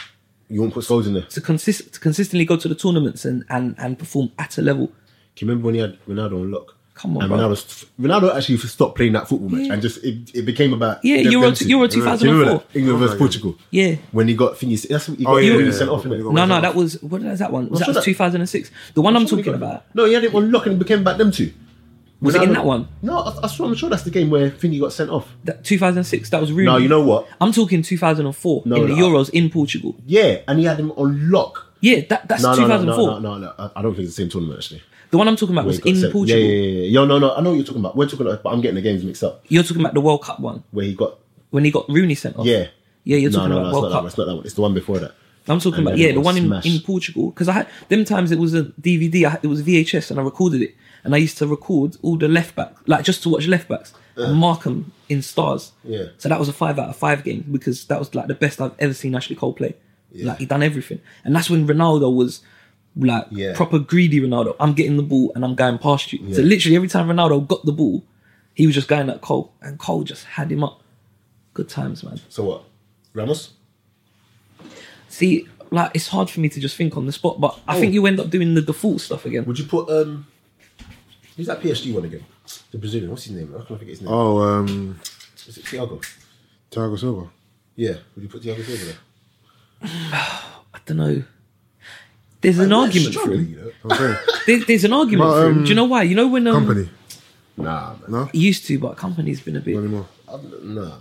You won't put Scholes in there.
to consist to consistently go to the tournaments and, and, and perform at a level.
Can you remember when he had Ronaldo on lock?
Come on,
and
bro.
Ronaldo, Ronaldo actually stopped playing that football match
Yeah.
and just it, it became about
Yeah,
Def
Euro-
Dempsey.
Euro
Do you remember
2004.
that? England versus
Oh, yeah.
Portugal.
Yeah.
when he got thingies, that's what he got,
Oh, yeah,
he
yeah,
sent
yeah.
off. innit?
When he got-
No, no, that was what was that one? Was
sure
that
that-
2006? The one I'm talking about.
No, he had it on lock and it became about them two.
Was it in
Ronaldo-
that one?
No, I, I swear, I'm sure that's the game where Thingy got sent off.
That 2006. That was Rooney.
No, you know what?
I'm talking 2004
No,
in the
no.
Euros in Portugal.
Yeah, and he had him on lock.
Yeah, that, that's
No, no, no,
2004.
no, no, no, no. I- I don't think it's the same tournament actually.
The one I'm talking about was
Where he got
in
sent-
Portugal.
Yeah, yeah, yeah, yeah. Yo, no, no, I know what you're talking about. We're talking about, but I'm getting the games mixed up.
You're talking about the World Cup one
Where he got,
when he got Rooney sent off.
yeah.
yeah, you're talking
no,
about
no, no, it's not
World
that one.
Cup.
It's not that one. It's the one before that.
I'm talking
And
about
then
yeah,
it
the
was
one in, in
smashed.
Portugal because I had them times it was a DVD. I, had- it was VHS and I recorded it and I used to record all the left back like just to watch left backs and mark them in stars.
Yeah.
So that was a five out of five game because that was like the best I've ever seen Ashley Cole play. Like he done everything, and that's when Ronaldo was like
Yeah.
proper greedy Ronaldo. I'm getting the ball and I'm going past you. So literally every time Ronaldo got the ball, he was just going at Cole, and Cole just had him up. Good times, man.
So what? Ramos?
See, like it's hard for me to just think on the spot, but I
Oh.
think you end up doing the default stuff again.
Would you put um? Who's that PSG one again? The Brazilian. What's his name? I can't forget his name.
Oh, um,
Is it Thiago?
Thiago Silva.
Yeah. Would you put Thiago Silva there?
I don't know. There's an argument for him.
you
I'm
[laughs]
saying.
There, there's an argument
But,
for him.
um,
Do you know why? You know when um,
Company.
know? Nah, man.
No?
he used to, but company's been a bit.
Not
Do
anymore.
I'm- Nah, man.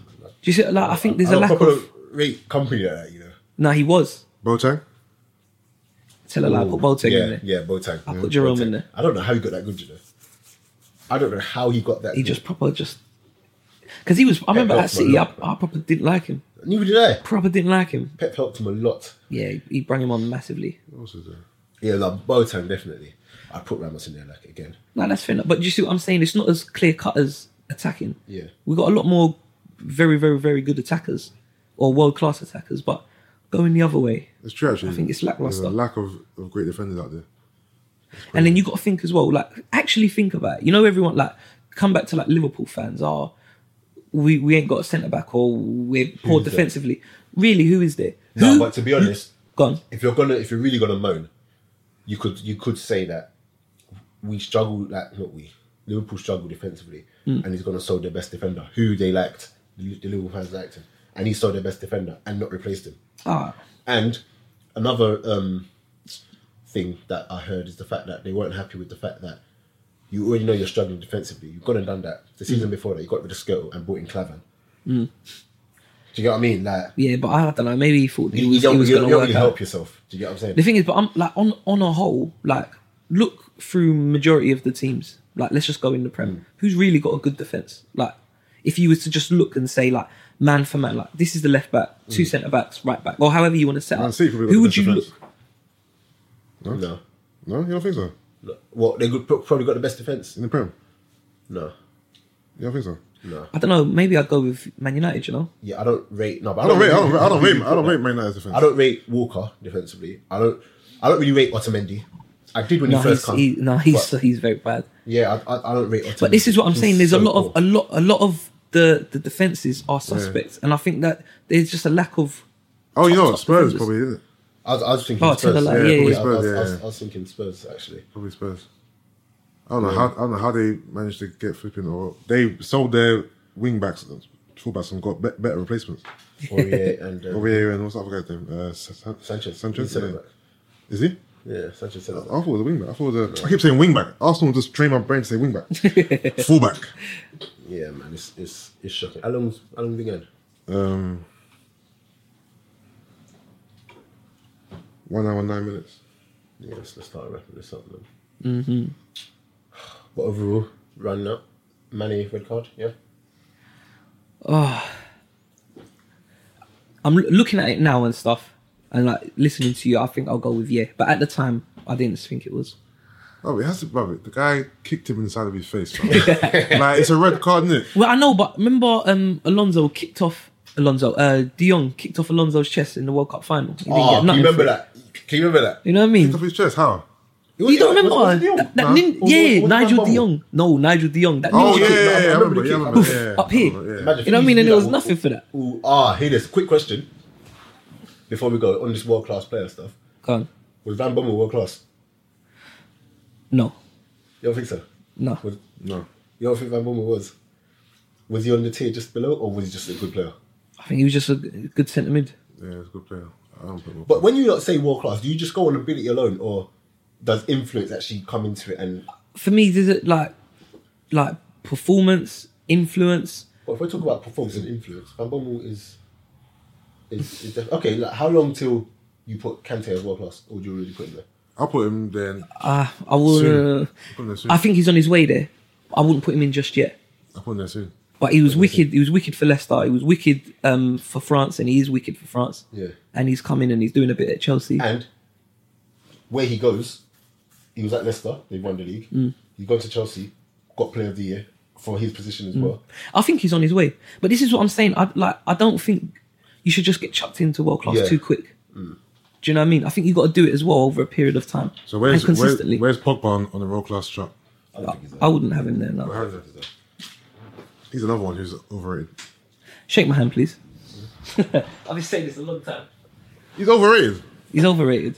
you see? Like I think there's
I
a
don't
lack
proper
of.
rate company like that, you know.
No, he was.
Boateng?
Tell a lie. I put Bolteg
yeah,
in there.
Yeah, Boateng.
I
Yeah,
put Jerome
Boateng.
in there.
I don't know how he got that good, you know. I don't know how he got that.
He
good.
just proper just. Because he was. I remember at
helped him a
City, I,
lot,
I proper didn't like him.
neither did I.
Proper didn't like him.
Pep helped him a lot.
Yeah, he, he brought him on massively.
What else is there?
Yeah, like Boateng definitely. I put Ramos in there like again.
No, that's fair. enough. But do you see what I'm saying? It's not as clear cut as attacking.
Yeah.
we got a lot more very, very, very good attackers or world class attackers, but going the other way.
It's true, actually.
I think it's lackluster.
There's a lack of, of great defenders out there.
And then you got to think as well, like actually think about it. You know, everyone like come back to like Liverpool fans are we we ain't got a centre back or we're poor
Who's there?
defensively. Really, who is there?
No,
Who-
but to be honest,
gone.
if you're gonna if you're really gonna moan, you could you could say that we struggle like not we Liverpool struggle defensively,
Hmm.
and he's gonna sell their best defender who they liked the, the Liverpool fans liked him, and he sold their best defender and not replaced him.
Ah,
And another um, thing that I heard is the fact that they weren't happy with the fact that you already know you're struggling defensively. You've gone and done that the
Mm.
season before that. You got rid of Skirtle and brought in Clavan. Do you get what I mean? Like
yeah, but I don't know. Maybe he thought he
you,
was,
don't,
he was
you
going
don't
to
really
work out.
help yourself. Do you get what I'm saying?
The [laughs] thing is, but I'm like on on a whole, like look through majority of the teams. Like let's just go in the Prem.
Mm.
Who's really got a good defense? Like if you was to just look and say like man for man, like this is the left back, two centre backs, right back, or however you want to set
Mm. Man
up.
City probably got
Who
the
would
best
you
defense.
look?
No.
No, you don't think so?
No. Well, they could pro- probably got the best defense.
In the Prem?
No,
You don't think so?
no.
I don't know. Maybe I'd go with Man United. You know,
Yeah, I don't rate. No, but
I don't rate. I
oh,
don't, I don't rate. I don't rate Man United's defense.
I don't rate Walker defensively. I don't. I don't really rate Otamendi. I did when
no,
he
he's,
first came.
he, no, he's
But,
he's very bad.
yeah, I, I, I don't rate. Otamendi.
But this is what I'm
He's
saying. There's a
so
lot of a
poor.
lot a lot of the the defenses are suspects, and I think that there's just a lack of.
Oh, you know
top-
what?
top
Spurs
defenders.
probably isn't it?
I was, I was thinking
Oh, to the
Spurs.
left, Yeah, yeah, probably yeah.
I was- I
Spurs,
was- I was-
yeah.
I was thinking Spurs
[laughs]
actually.
Probably Spurs. I don't know how. I don't know how they managed to get flipping or they sold their wing backs, full backs, and got be- better replacements.
Aurier and uh,
Over here and what's that other guy's name? Uh, Sa- Sa-
Sanchez.
Sanchez.
He's
yeah. Uh-huh.
centre-back.
Is he?
Yeah, Sanchez.
I thought it was a wing back. I thought it was a. I keep saying wing back. Arsenal just train my brain to say wing back. full back.
Yeah, man, it's it's it's shocking. How long's how long have you been going?
Um, one hour nine minutes.
Yeah, let's, let's start wrapping this up, man. Mm-hmm.
Mm-hmm.
[sighs] But overall, running up, Manny red card, yeah.
I'm l- looking at it now and stuff, and like listening to you, I think I'll go with yeah. But at the time, I didn't think it was.
Oh, it has to, brother. The guy kicked him inside of his face. Bro. like it's a red card, isn't it?
Well, I know, but remember, um, Alonso kicked off Alonso. Uh, De Jong kicked off Alonso's chest in the World Cup final. He didn't
Oh,
get
can you
nothing for
remember
it.
that? Can you remember that?
You know what I
Up
mean?
his chest. How?
You don't remember
Was- was it Young?
that? that
Nah.
nin-
Was-
yeah,
was it
Nigel
Van
De Jong. No, Nigel De Jong. That
Oh
ninja
yeah,
kick.
yeah, yeah,
I
I
remember
remember.
the
Yeah,
kick.
I remember.
Oof,
yeah,
up
I remember,
here.
yeah.
Imagine if
You know what I mean?
he did
And
that.
there was
Ooh,
nothing for that.
Ooh, ah, hear this. Quick question. before we go on this world class player stuff?
Go on.
Was Van Bommel world class?
No,
You don't think so?
no.
Was,
No.
you don't think Van Bommel was? Was he on the tier just below, or was he just a good player?
I think he was just a g- good centre mid.
Yeah, it's a good player. I don't put
But when you not say world class, do you just go on ability alone, or does influence actually come into it? And
For me, there's it like like performance, influence.
but if we're talking about performance and influence, Van Bommel is is, is def- okay. Like how long till you put Kante as world class, or do you really put him there?
I'll put him then.
Uh, I will.
Soon. Put him there soon.
I think he's on his way there. I wouldn't put him in just yet.
I'll put him there soon.
But he was wicked. He was wicked for Leicester. He was wicked um, for France, and he is wicked for France.
Yeah.
And he's coming and he's doing a bit at Chelsea.
And where he goes, he was at Leicester. They won the league. He's gone to Chelsea, got Player of the Year for his position as well.
I think he's on his way. But this is what I'm saying. I like. I don't think you should just get chucked into world class
Yeah.
too quick.
Mm.
Do you know what I mean? I think you got to do it as well over a period of time
So where's
and consistently.
Where, where's Pogba on, on the world class chart?
I don't think he's there.
I wouldn't have him there
Where
now.
is he? He's another one who's overrated.
Shake my hand, please. [laughs] I've been saying this a long time.
He's overrated.
He's overrated.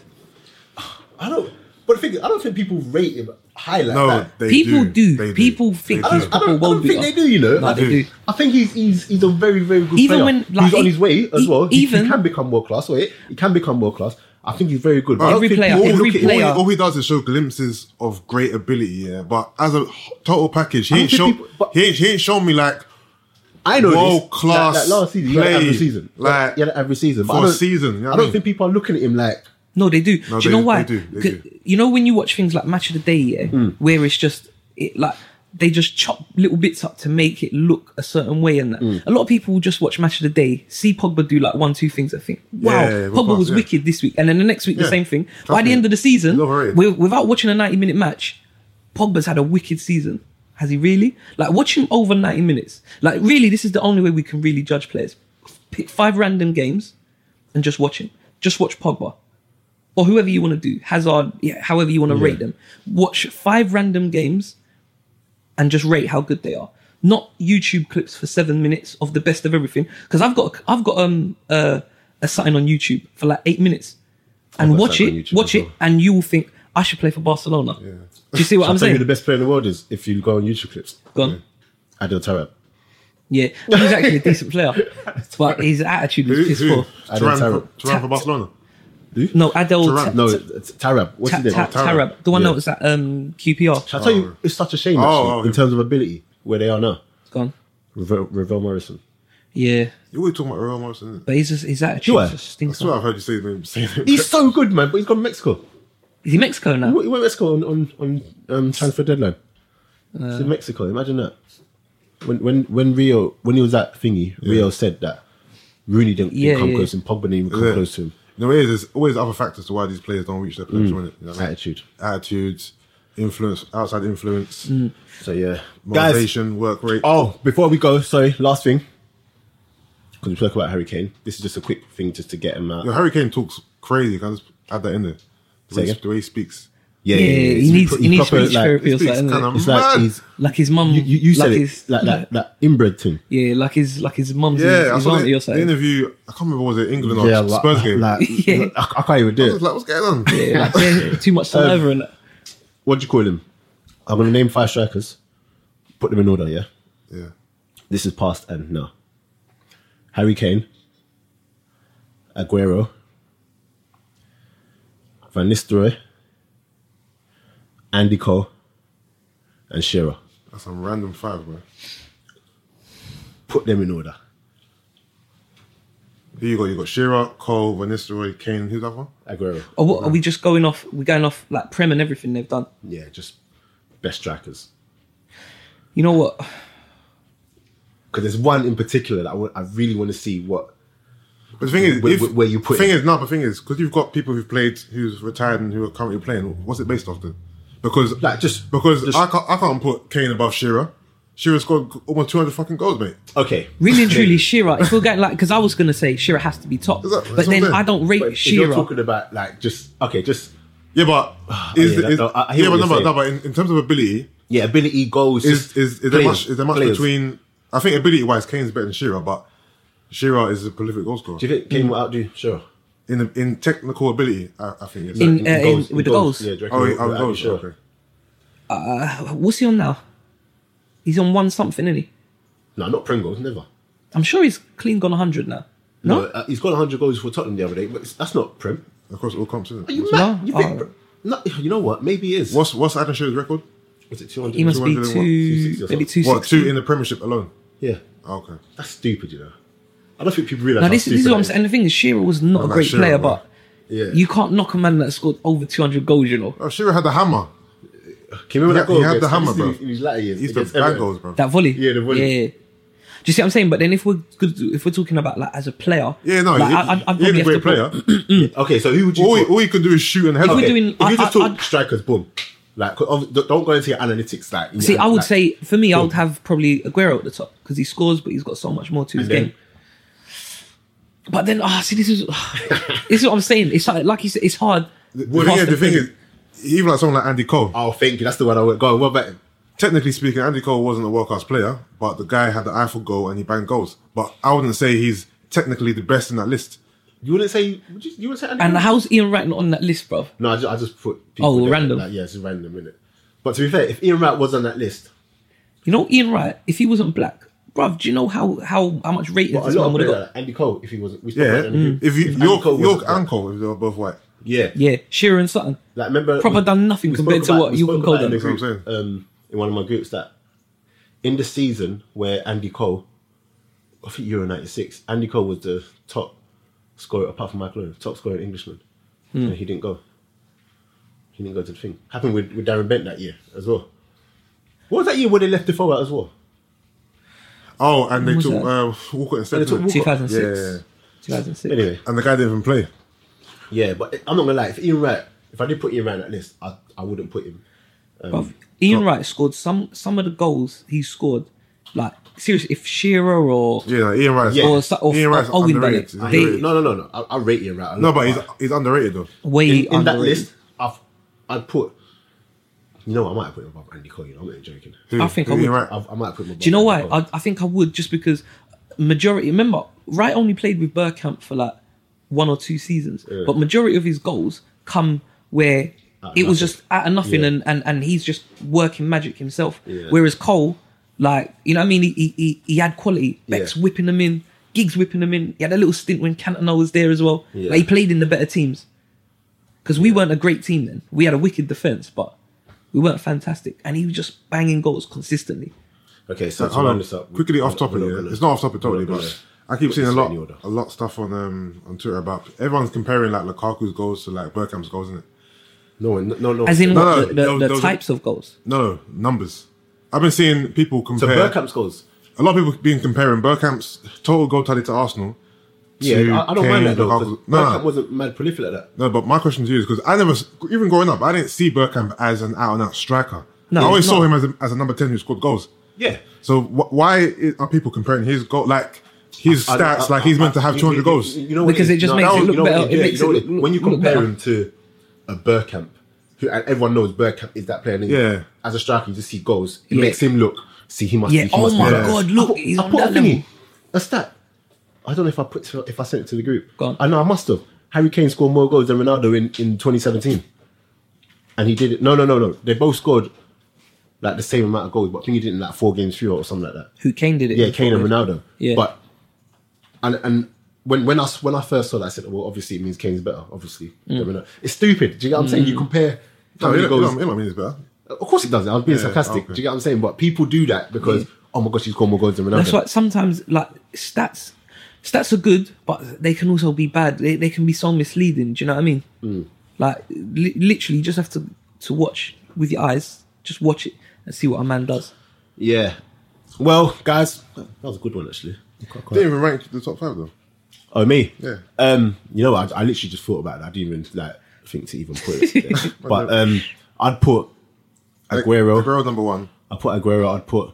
I don't. But the thing is, I don't think people rate him high like
No,
that.
they
People do.
They
People
They
think
I
he's
don't, I
proper
don't, I
world
don't think
beater.
they do. You know,
No,
I,
they
do.
do.
I think he's he's he's a very very good
Even
player.
when, like,
he's on
e-
his way as
e-
well. He-
even-
he can become world class. Wait, he can become world class. I think he's very good. But I
Every
don't think
player-
people
every
look at him-
player-
All, he, all he does is show glimpses of great ability, yeah. But as a h- total package, he
I
ain't
don't
show,
think people- but-
he ain't, he ain't shown me like
I know this.
World class
Like, like last season, you had an
play.
average season.
Like,
you had an average season. but
for
I
a
don't-
season, you know what
I
I
don't
mean?
think people are looking at him like
No, they do.
No,
do you
they-
know why?
they do, they
'Cause
do.
You know when you watch things like Match of the Day, yeah, where it's just it, like they just chop little bits up to make it look a certain way, and that a lot of people will just watch Match of the Day, see Pogba do like one, two things, and think, "Wow,
Yeah, yeah, yeah,
Pogba
world
was
class, yeah.
wicked this week," and then the next week the
Yeah.
same thing.
Trust
By the
me.
end of the season,
He's overrated.
wi- without watching a ninety-minute match, Pogba's had a wicked season. Has he really? Like watch him over ninety minutes. Like really, this is the only way we can really judge players. Pick five random games and just watch him. Just watch Pogba or whoever you want to do, Hazard, yeah, however you want to rate them. Watch five random games and just rate how good they are. Not YouTube clips for seven minutes of the best of everything. Because I've got I've got um uh, a sign on YouTube for like eight minutes, and
got
watch
something on
it,
YouTube
watch
as
it,
well.
and you will think I should play for Barcelona. Do you
[laughs]
see what I'm
I'll tell you who
saying?
the best player in the world is if you go on YouTube clips.
Gone.
Adil Tarab.
Yeah, he's actually a decent
[laughs]
player, but his attitude
who,
was piss
who?
poor.
I don't
Turan
know.
for, Turan for
Tap-
Barcelona.
No, Adel
Turan.
Ta-
No,
Ta-
it's Tarab. What's
Ta-
his
Ta-
name?
Tarab, the one that was at um, QPR.
Shall I tell you, it's such a shame
Oh,
actually,
oh,
in
yeah.
terms of ability where they are now.
Gone.
Ravel, Ravel Morrison.
Yeah,
You always talking about Real Madrid. isn't it?
but he's just, his attitude
Sure.
just
That's
stinks.
what I've heard you say. Name, [laughs] say name.
He's so good, man, but he's gone to Mexico.
Is he Mexico
He
now?
went he went to Mexico on, on, on um, transfer deadline.
Uh,
He's in Mexico. Imagine that. When when when Rio when he was at thingy, Rio said that Rooney didn't, didn't
Yeah,
come
yeah.
close and Pogba didn't even come
Yeah.
close to him.
You know, it is, there's always other factors to why these players don't reach their potential. innit? You know what I mean?
Attitude.
attitudes, influence, outside influence,
So yeah, guys.
motivation, work rate.
Oh, before we go, sorry, last thing. Because we talk about Hurricane, this is just a quick thing just to get him out.
Your hurricane talks crazy. Can I just add that in there? The,
Say
way,
again?
the way he speaks.
Yeah,
Yeah, he needs
pro-
he needs
proper,
speech
like,
therapy or
speaks
something.
kinda
innit?
It's like
Mad.
he's
Like his mum.
you, you, you
like
said
his,
it like that that inbred thing.
Yeah, like his like his mum's
Yeah,
yeah,
I
his
saw the,
auntie or
the
something.
interview. I can't remember was it England or
yeah, like,
Spurs game.
[laughs]
Like,
Yeah.
like, I, I can't even
I
do
was
it. Um,
like, what's going on?
Yeah, like, yeah, too much saliva and that.
What do you call him? I'm gonna name five strikers. Put them in order. Yeah,
[laughs] Yeah.
this is past and now. Harry Kane, Aguero, Van Nistelrooy, Andy Cole, and Shearer.
That's some random five, bro.
Put them in order.
Here you go. You got Shearer, Cole, Van Nistelrooy, Kane. Who's that one?
Aguero.
Or what, are we just going off? We're going off like prem and everything they've done.
Yeah, just best strikers.
You know what?
Because there's one in particular that I wa- I really want to see what.
But the thing is,
Where-
if,
where- where you put
the thing
it.
is, no, but the thing is, because you've got people who've played, who's retired and who are currently playing. What's it based off then? Because
Like, just-
because
just-
I can't I can't put Kane above Shearer. Shearer scored almost two hundred fucking goals, mate.
Okay.
Really and
[laughs]
truly, Shearer. If we're going like, because I was gonna say Shearer has to be top,
Is that- that's
but
what I'm
then
saying.
I don't rate
But if you're
Shearer.
talking about like just okay, just
Yeah, but
[sighs]
is,
yeah, that-
is,
no, I- I hear
yeah,
what
but
you're
no, but,
saying.
no, but in, in terms of ability,
yeah, ability goals.
is
just
is, is there
players,
much is there much
players.
between? I think ability wise, Kane's better than Shearer, but Shearer is a prolific goal scorer.
Mm.
Do you think Kane will outdo? Sure.
in the, in technical ability, I, I think. It's
In- uh, in- with the goals?
Yeah, do you
oh,
reckon
yeah, oh,
we're
goals.
actually sure?
Okay.
What's he on now? He's on one something, isn't he?
No, not Pringles, never.
I'm sure he's clean gone 100 now. No?
uh, he's got 100 goals for Tottenham the other day, but it's- that's not Prim.
Across all comps, isn't it?
You,
No,
mad? you think
uh,
Prim- no, you know what? Maybe it is.
What's what's Adam Shearer's record?
was it 200?
He must be
200 and what?
two,
260 or
maybe
something.
two
What
sixty.
two in the Premiership alone?
Yeah,
Oh, okay.
that's stupid, you know. I don't think people realize.
Now
how
this, this is
stupid
what I'm
that
saying. And the thing is, Shearer was not a
like
great
Shearer,
player,
bro.
but
Yeah.
you can't knock a man that scored over 200 goals. You know
Oh, Shearer had the hammer.
Can you remember
Yeah,
that goal
he had
against-
the hammer,
this is
bro.
in his- In his latter years,
He's the
against Everton.
bad goals, bro.
that volley.
Yeah, the volley.
Yeah. Do you see what I'm saying? But then if we're good, if we're talking about like as a player,
Yeah, no,
like,
he,
I, I'd, I'd
he
probably
ain't a
have to
great
put-
player.
Okay, so who would you?
all, he,
put?
all he can do is shoot and help.
we're
Okay,
doing-
If
I-
you just
I-
talk
I'd-
strikers, boom. Like, 'cause obvi- don't don't go into your analytics. Like, in
See,
your-
I would
like-
say for me, I would have probably Aguero at the top because he scores, but he's got so much more to his
And then-
game. But then, ah, see, this is ah, this is what I'm saying. It's like, like you said, it's hard.
Well,
Past
yeah, the
the
thing is,
thing.
even like someone like Andy Cole,
Oh, thank you. That's the one I would go. on, What about him?
technically speaking, Andy Cole wasn't a world class player, but the guy had the eye for goal and he banged goals. But I wouldn't say he's technically the best in that list.
You wouldn't say? Would you, you wouldn't say? Andy
And
Cole?
how's Ian Wright not on that list, bruv?
No, I just, I just put. people
Oh,
there,
random.
Like, yeah, it's random, innit? But to be fair, if Ian Wright was on that list,
You know, Ian Wright, if he wasn't black, bruv, do you know how how, how much ratings
but a
this
lot
man
of
would have
players,
got?
like Andy Cole, if he wasn't, we
Yeah, Mm. if you
Andy
York,
Cole wasn't
York
black.
and Cole, if they were both white.
yeah,
Yeah, Shearer and Sutton.
Like, remember,
Proper done nothing
spoke
compared to
about-
what
we
you
spoke
and Cole
about in
done.
the group,
That's what I'm
um, in one of my groups that in the season where Andy Cole, I think Euro '96, Andy Cole was the top scorer apart from Michael Owen, top scorer Englishman,
Hmm.
and he didn't go. He didn't go to the thing. Happened with, with Darren Bent that year as well. What was that year where they left the out as well?
Oh, and they
was
took
that?
uh, Walker instead.
And they took
didn't
2006.
Yeah, yeah,
2006.
Anyway,
And the guy didn't even play.
yeah, but I'm not gonna lie. If Ian Wright, if I did put Ian Wright on that list, I, I wouldn't put him. um,
Bruv, Ian Wright scored some some of the goals he scored. Like seriously, if Shearer or
Yeah, no, Ian Rice.
Yeah.
or, Su- or,
Ian
or
Rice
Owen done
underrated.
it,
He's
I
they
underrated.
no, no, no, no. I, I rate Ian Wright. a
No,
lot,
but he's he's underrated though.
way
in, in that
underrated.
list, I've, I'd put. You know, what, I might have put him above Andy Cole. You know, I'm not even joking.
Who?
I think
Who
I
Ian
would-
Wright?
I've, I might put him above.
Do you know why?
Andy Cole.
I, I think I would just because majority. Remember, Wright only played with Burkamp for like one or two seasons, but majority of his goals come where
Out of
it was
nothing.
just out of nothing,
Yeah.
and, and and he's just working magic himself.
Yeah.
Whereas Cole, like you know, what I mean, he he, he, he had quality. Beck's
Yeah.
whipping them in, Giggs whipping them in. He had a little stint when Cantona was there as well.
Yeah.
Like, he played in the better teams because we weren't a great team then. We had a wicked defense, but. We weren't fantastic, and he was just banging goals consistently.
Okay, so to
Hold
round
on,
this up,
quickly
we're
off
not-
topic.
we're not
yeah.
gonna-
It's not off topic
we're not
totally,
gonna
but I keep
put
seeing a
this
lot,
in order.
a lot of stuff on um on Twitter about everyone's comparing like Lukaku's goals to like Burkamp's goals, isn't it?
No, one- no, no.
As in
No,
what, the,
no, there was-
the,
there
the
was a-
types of goals.
No, no, numbers. I've been seeing people
so
compare.
Burkamp scores.
a lot of people been comparing Burkamp's total goal tally to Arsenal.
Yeah,
to
I, I don't
Kane,
mind that though. 'cause
Lukaku. No,
Bergkamp
no,
wasn't mad prolific like that.
no, but my question to you is because I never, even growing up, I didn't see Burkamp as an out and out striker.
No,
I always
he's
saw
not.
him as a, as a number ten who scored goals.
Yeah,
So wh- why i are people comparing his goal like his
I-
stats
I-
like he's
I-
meant to have
you-
200
you-
goals?
You, you know what
Because it just makes
that
it
was-
look
you know what
better.
is,
It
yeah,
makes
you know
it
what
look-
when you
look
compare
better.
him to a Burkamp, who and everyone knows Burkamp is that player. And he-
Yeah.
As a striker, you just see goals. It
Yeah.
makes him look. See, he must.
Yeah,
Be, he
oh
must be
my
the best.
God, look,
I put,
he's
I
on
put
that
a thingy,
level.
A stat. I don't know if I put to, if I sent it to the group.
Go on.
I know I must have. Harry Kane scored more goals than Ronaldo in, in 2017, and he did it. No, no, no, no. They both scored like the same amount of goals, but I think he did it in like four games fewer or something like that.
Who Kane did it?
Yeah,
in
Kane and
for.
Ronaldo.
Yeah.
But and and when when I s- when I first saw that, I said, well, obviously it means Kane's better. Obviously,
Mm.
than Ronaldo. it's stupid. Do you get what I'm saying? You compare. How
No,
many
you know, you know
goals,
what I mean? It's better.
Of course it does. I was being
Yeah,
sarcastic. Do
okay.
you get what I'm saying? But people do that because oh my gosh, he's scored more goals than Ronaldo.
That's why sometimes like stats, stats are good, but they can also be bad. They, they can be so misleading. Do you know what I mean?
Hmm.
Like li- literally, you just have to to watch with your eyes. Just watch it and see what a man does.
Yeah. Well, guys, that was a good one actually. Quite- quite-
Didn't even rank the top five though.
Oh me.
Yeah.
Um, you know, what? I, I literally just thought about it. I didn't even like think to even put
[laughs]
it. there. but um, I'd put Aguero.
Aguero number one.
I put Aguero. I'd put.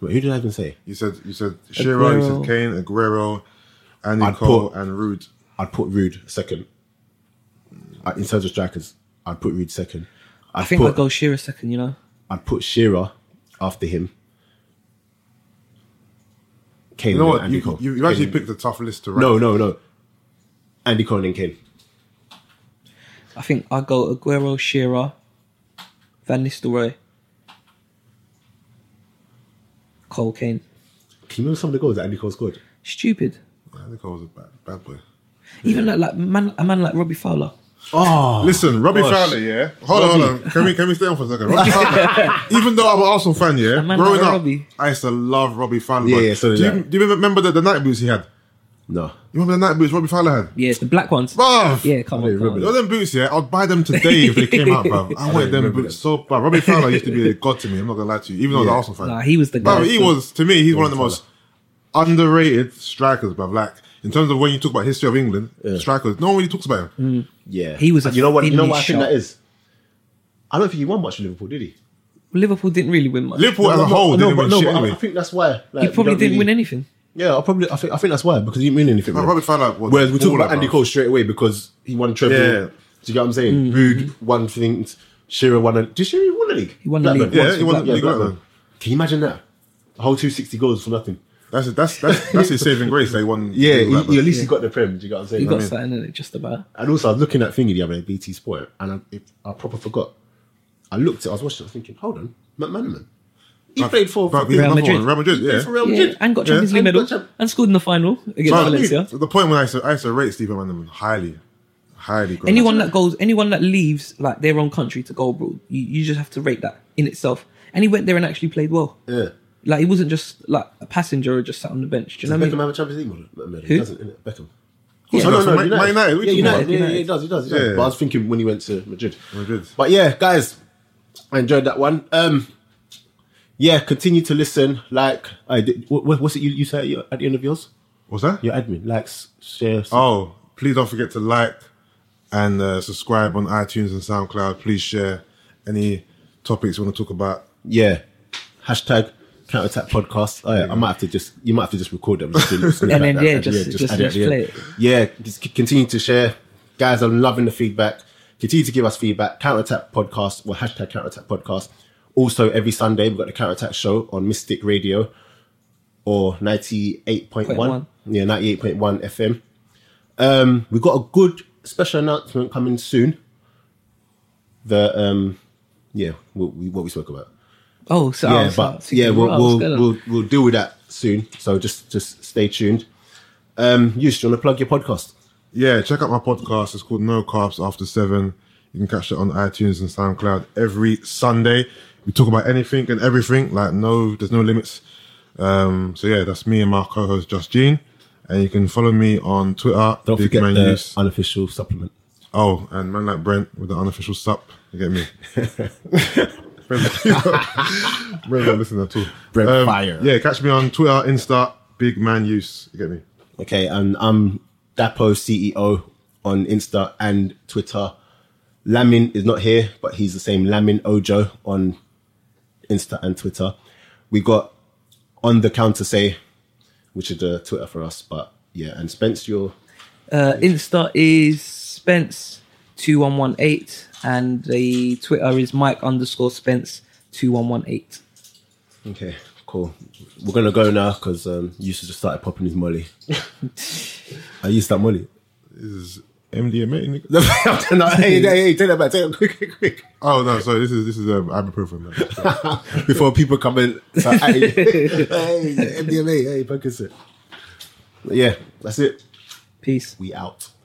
Wait, who did I even say?
You said you said Shearer, you
Aguero.
said Kane, Aguero, Andy
I'd
Cole,
put-
and Rude.
I'd put Rude second. Uh, in terms of strikers, I'd put Rude second. I'd
I think
put,
I'd go Shearer second. You know,
I'd put Shearer after him. Kane
You know
and
what?
Andy
You,
Cole.
you, you actually
Kane-
picked a tough list to rank.
No, no, no. Andy Conan Kane.
I think I go Aguero, Shearer, Van Nistelrooy, Cole Kane.
Can you remember some of the goals that Andy Cole scored?
Stupid.
I think I was a bad, bad boy.
Even like, like man, a man like Robbie Fowler.
Oh,
Listen, Robbie
gosh.
Fowler, yeah. Hold on,
Robbie.
hold on. Can we can we stay on for a second? Robbie Fowler, even though I'm an Arsenal fan, yeah.
man
Growing
like
up,
Robbie.
I used to love Robbie Fowler.
Yeah,
but
yeah, so did
do,
I.
you, do you remember the, the night boots he had?
no.
You remember the night boots Robbie Fowler had?
Yeah, the black ones.
Bruv!
Yeah, come on.
don't
Come
remember
You know
on.
them boots, yeah? I'd buy them today if they came
[laughs]
out, bruv. I wanted them
remember
boots so bad. Robbie Fowler used to be a god to me. I'm not gonna lie to you, even though I was an
Yeah.
Arsenal fan.
Nah, he was the guy.
Bro, he
still.
was to me. He's one of the most underrated strikers, bruv. Like in terms of when you talk about history of England strikers, no one really talks about him.
Mm.
Yeah,
He was a
you know what? You know what I
finisher.
think that is. I don't think he won much with Liverpool, did he?
Liverpool didn't really win much.
Liverpool as a
no, no,
whole
no,
didn't
but
win
no,
shit
but I- I
anyway.
think that's why. Like,
he
we
probably
don't
didn't
really-
win anything.
Yeah, I probably. I think. I think that's why because he didn't mean anything.
I
really.
probably found out. what-
Whereas we talk
all
about
that,
Andy
bruv.
Cole straight away because he won a treble.
Yeah.
Do you get what I'm saying?
Mm-hmm.
Rude won things. Shearer won. A, did Shearer win the league?
He won the league
Yeah,
once
he
with
won the
Blackburn.
league. Blackburn.
Can you imagine that? A whole 260 goals for nothing.
That's that's
[laughs]
that's that's his saving grace. They won.
Yeah, he,
Blackburn.
he- at least he got the prem. Do you get what I'm saying?
He
I
got
mean-
something in it just about.
and also, I was looking at thingy the other day, BT Sport, and I, it, I proper forgot. I looked, at I was watching, I was thinking, hold on, McManaman. He played for
But
fucking-
he's
Real
another
Madrid.
one, Real Madrid.
he played
Yeah.
for Real
Yeah,
Madrid.
and got Champions
Yeah.
League
And
medal
got champ-
and scored in the final against
Bruv,
Valencia.
The point when I used to, I used to rate Stephen Vanderman highly, highly. Great.
Anyone that goes, anyone that leaves like their own country to go abroad, you, you just have to rate that in itself. And he went there and actually played well.
Yeah.
Like he wasn't just like a passenger or just sat on the bench. Do you know what I
Beckham
mean?
have a Champions League model- medal? He
Who?
doesn't, innit? Beckham.
Yeah.
Yeah,
no, from Man- Man United, we
Yeah,
talking
United.
about?
Yeah, yeah,
United.
he does, he does, he does.
Yeah.
But I was thinking when he went to Madrid.
Madrid.
But yeah, guys, I enjoyed that one. Um, yeah, continue to listen. Like I did. What, what's it you, you say at the end of yours?
What's that?
Your admin likes, shares.
Oh, please don't forget to like and uh, subscribe on iTunes and SoundCloud. Please share any topics you want to talk about.
Yeah. Hashtag counterattack podcast. Oh, yeah, I might have to just you might have to just record them just do-
[laughs]
just do it
And
like
then,
that.
yeah, just- just
add at the
play
end. Yeah, just c- continue to share, guys. I'm loving the feedback. Continue to give us feedback. Counterattack podcast or hashtag counterattack podcast. Also, every Sunday we've got the counterattack show on Mystic Radio or ninety eight point one.
0.1.
Yeah, ninety eight point one FM. Um, we've got a good special announcement coming soon. The um, yeah, we, we, what we spoke about
Oh, so I
yeah,
was, like,
but
thinking,
yeah, we'll
what
we'll,
else going on?
we'll we'll deal with that soon. So just just stay tuned. Um, you do you want to plug your podcast?
Yeah, check out my podcast. It's called No Carbs After Seven. You can catch it on iTunes and SoundCloud every Sunday. We talk about anything and everything. Like no, there's no limits. Um, so yeah, that's me and my co-host Josh Jean. And you can follow me on Twitter.
Don't
Big
forget
Man
the
Use.
unofficial supplement.
Oh, and man like Brent with the unofficial sup. You
[laughs]
get me? Brent, [laughs] Brent don't listen at all.
Brent fire.
Um, Yeah, catch me on Twitter, Insta, Big Man Use. You get me?
Okay, and I'm Dapo CEO on Insta and Twitter. Lamin is not here, but he's the same Lamin Ojo on Insta and Twitter. We got on the counter say, which is the Twitter for us, but yeah, and Spence, your
Uh, Insta is Spence two one one eight, and the Twitter is Mike underscore Spence two one one eight.
Okay, cool. We're gonna go now because um, Yusuf just started popping his molly. I used that molly. [laughs]
This is MDMA. nigga.
no, hey, hey, hey, take that back, take that quick, quick, quick. [laughs]
Oh no, sorry. This is this is um, ibuprofen. Man. Sorry.
Before people come in, start at [laughs] you. hey, MDMA, hey, focus it. Yeah, that's it.
Peace.
We out.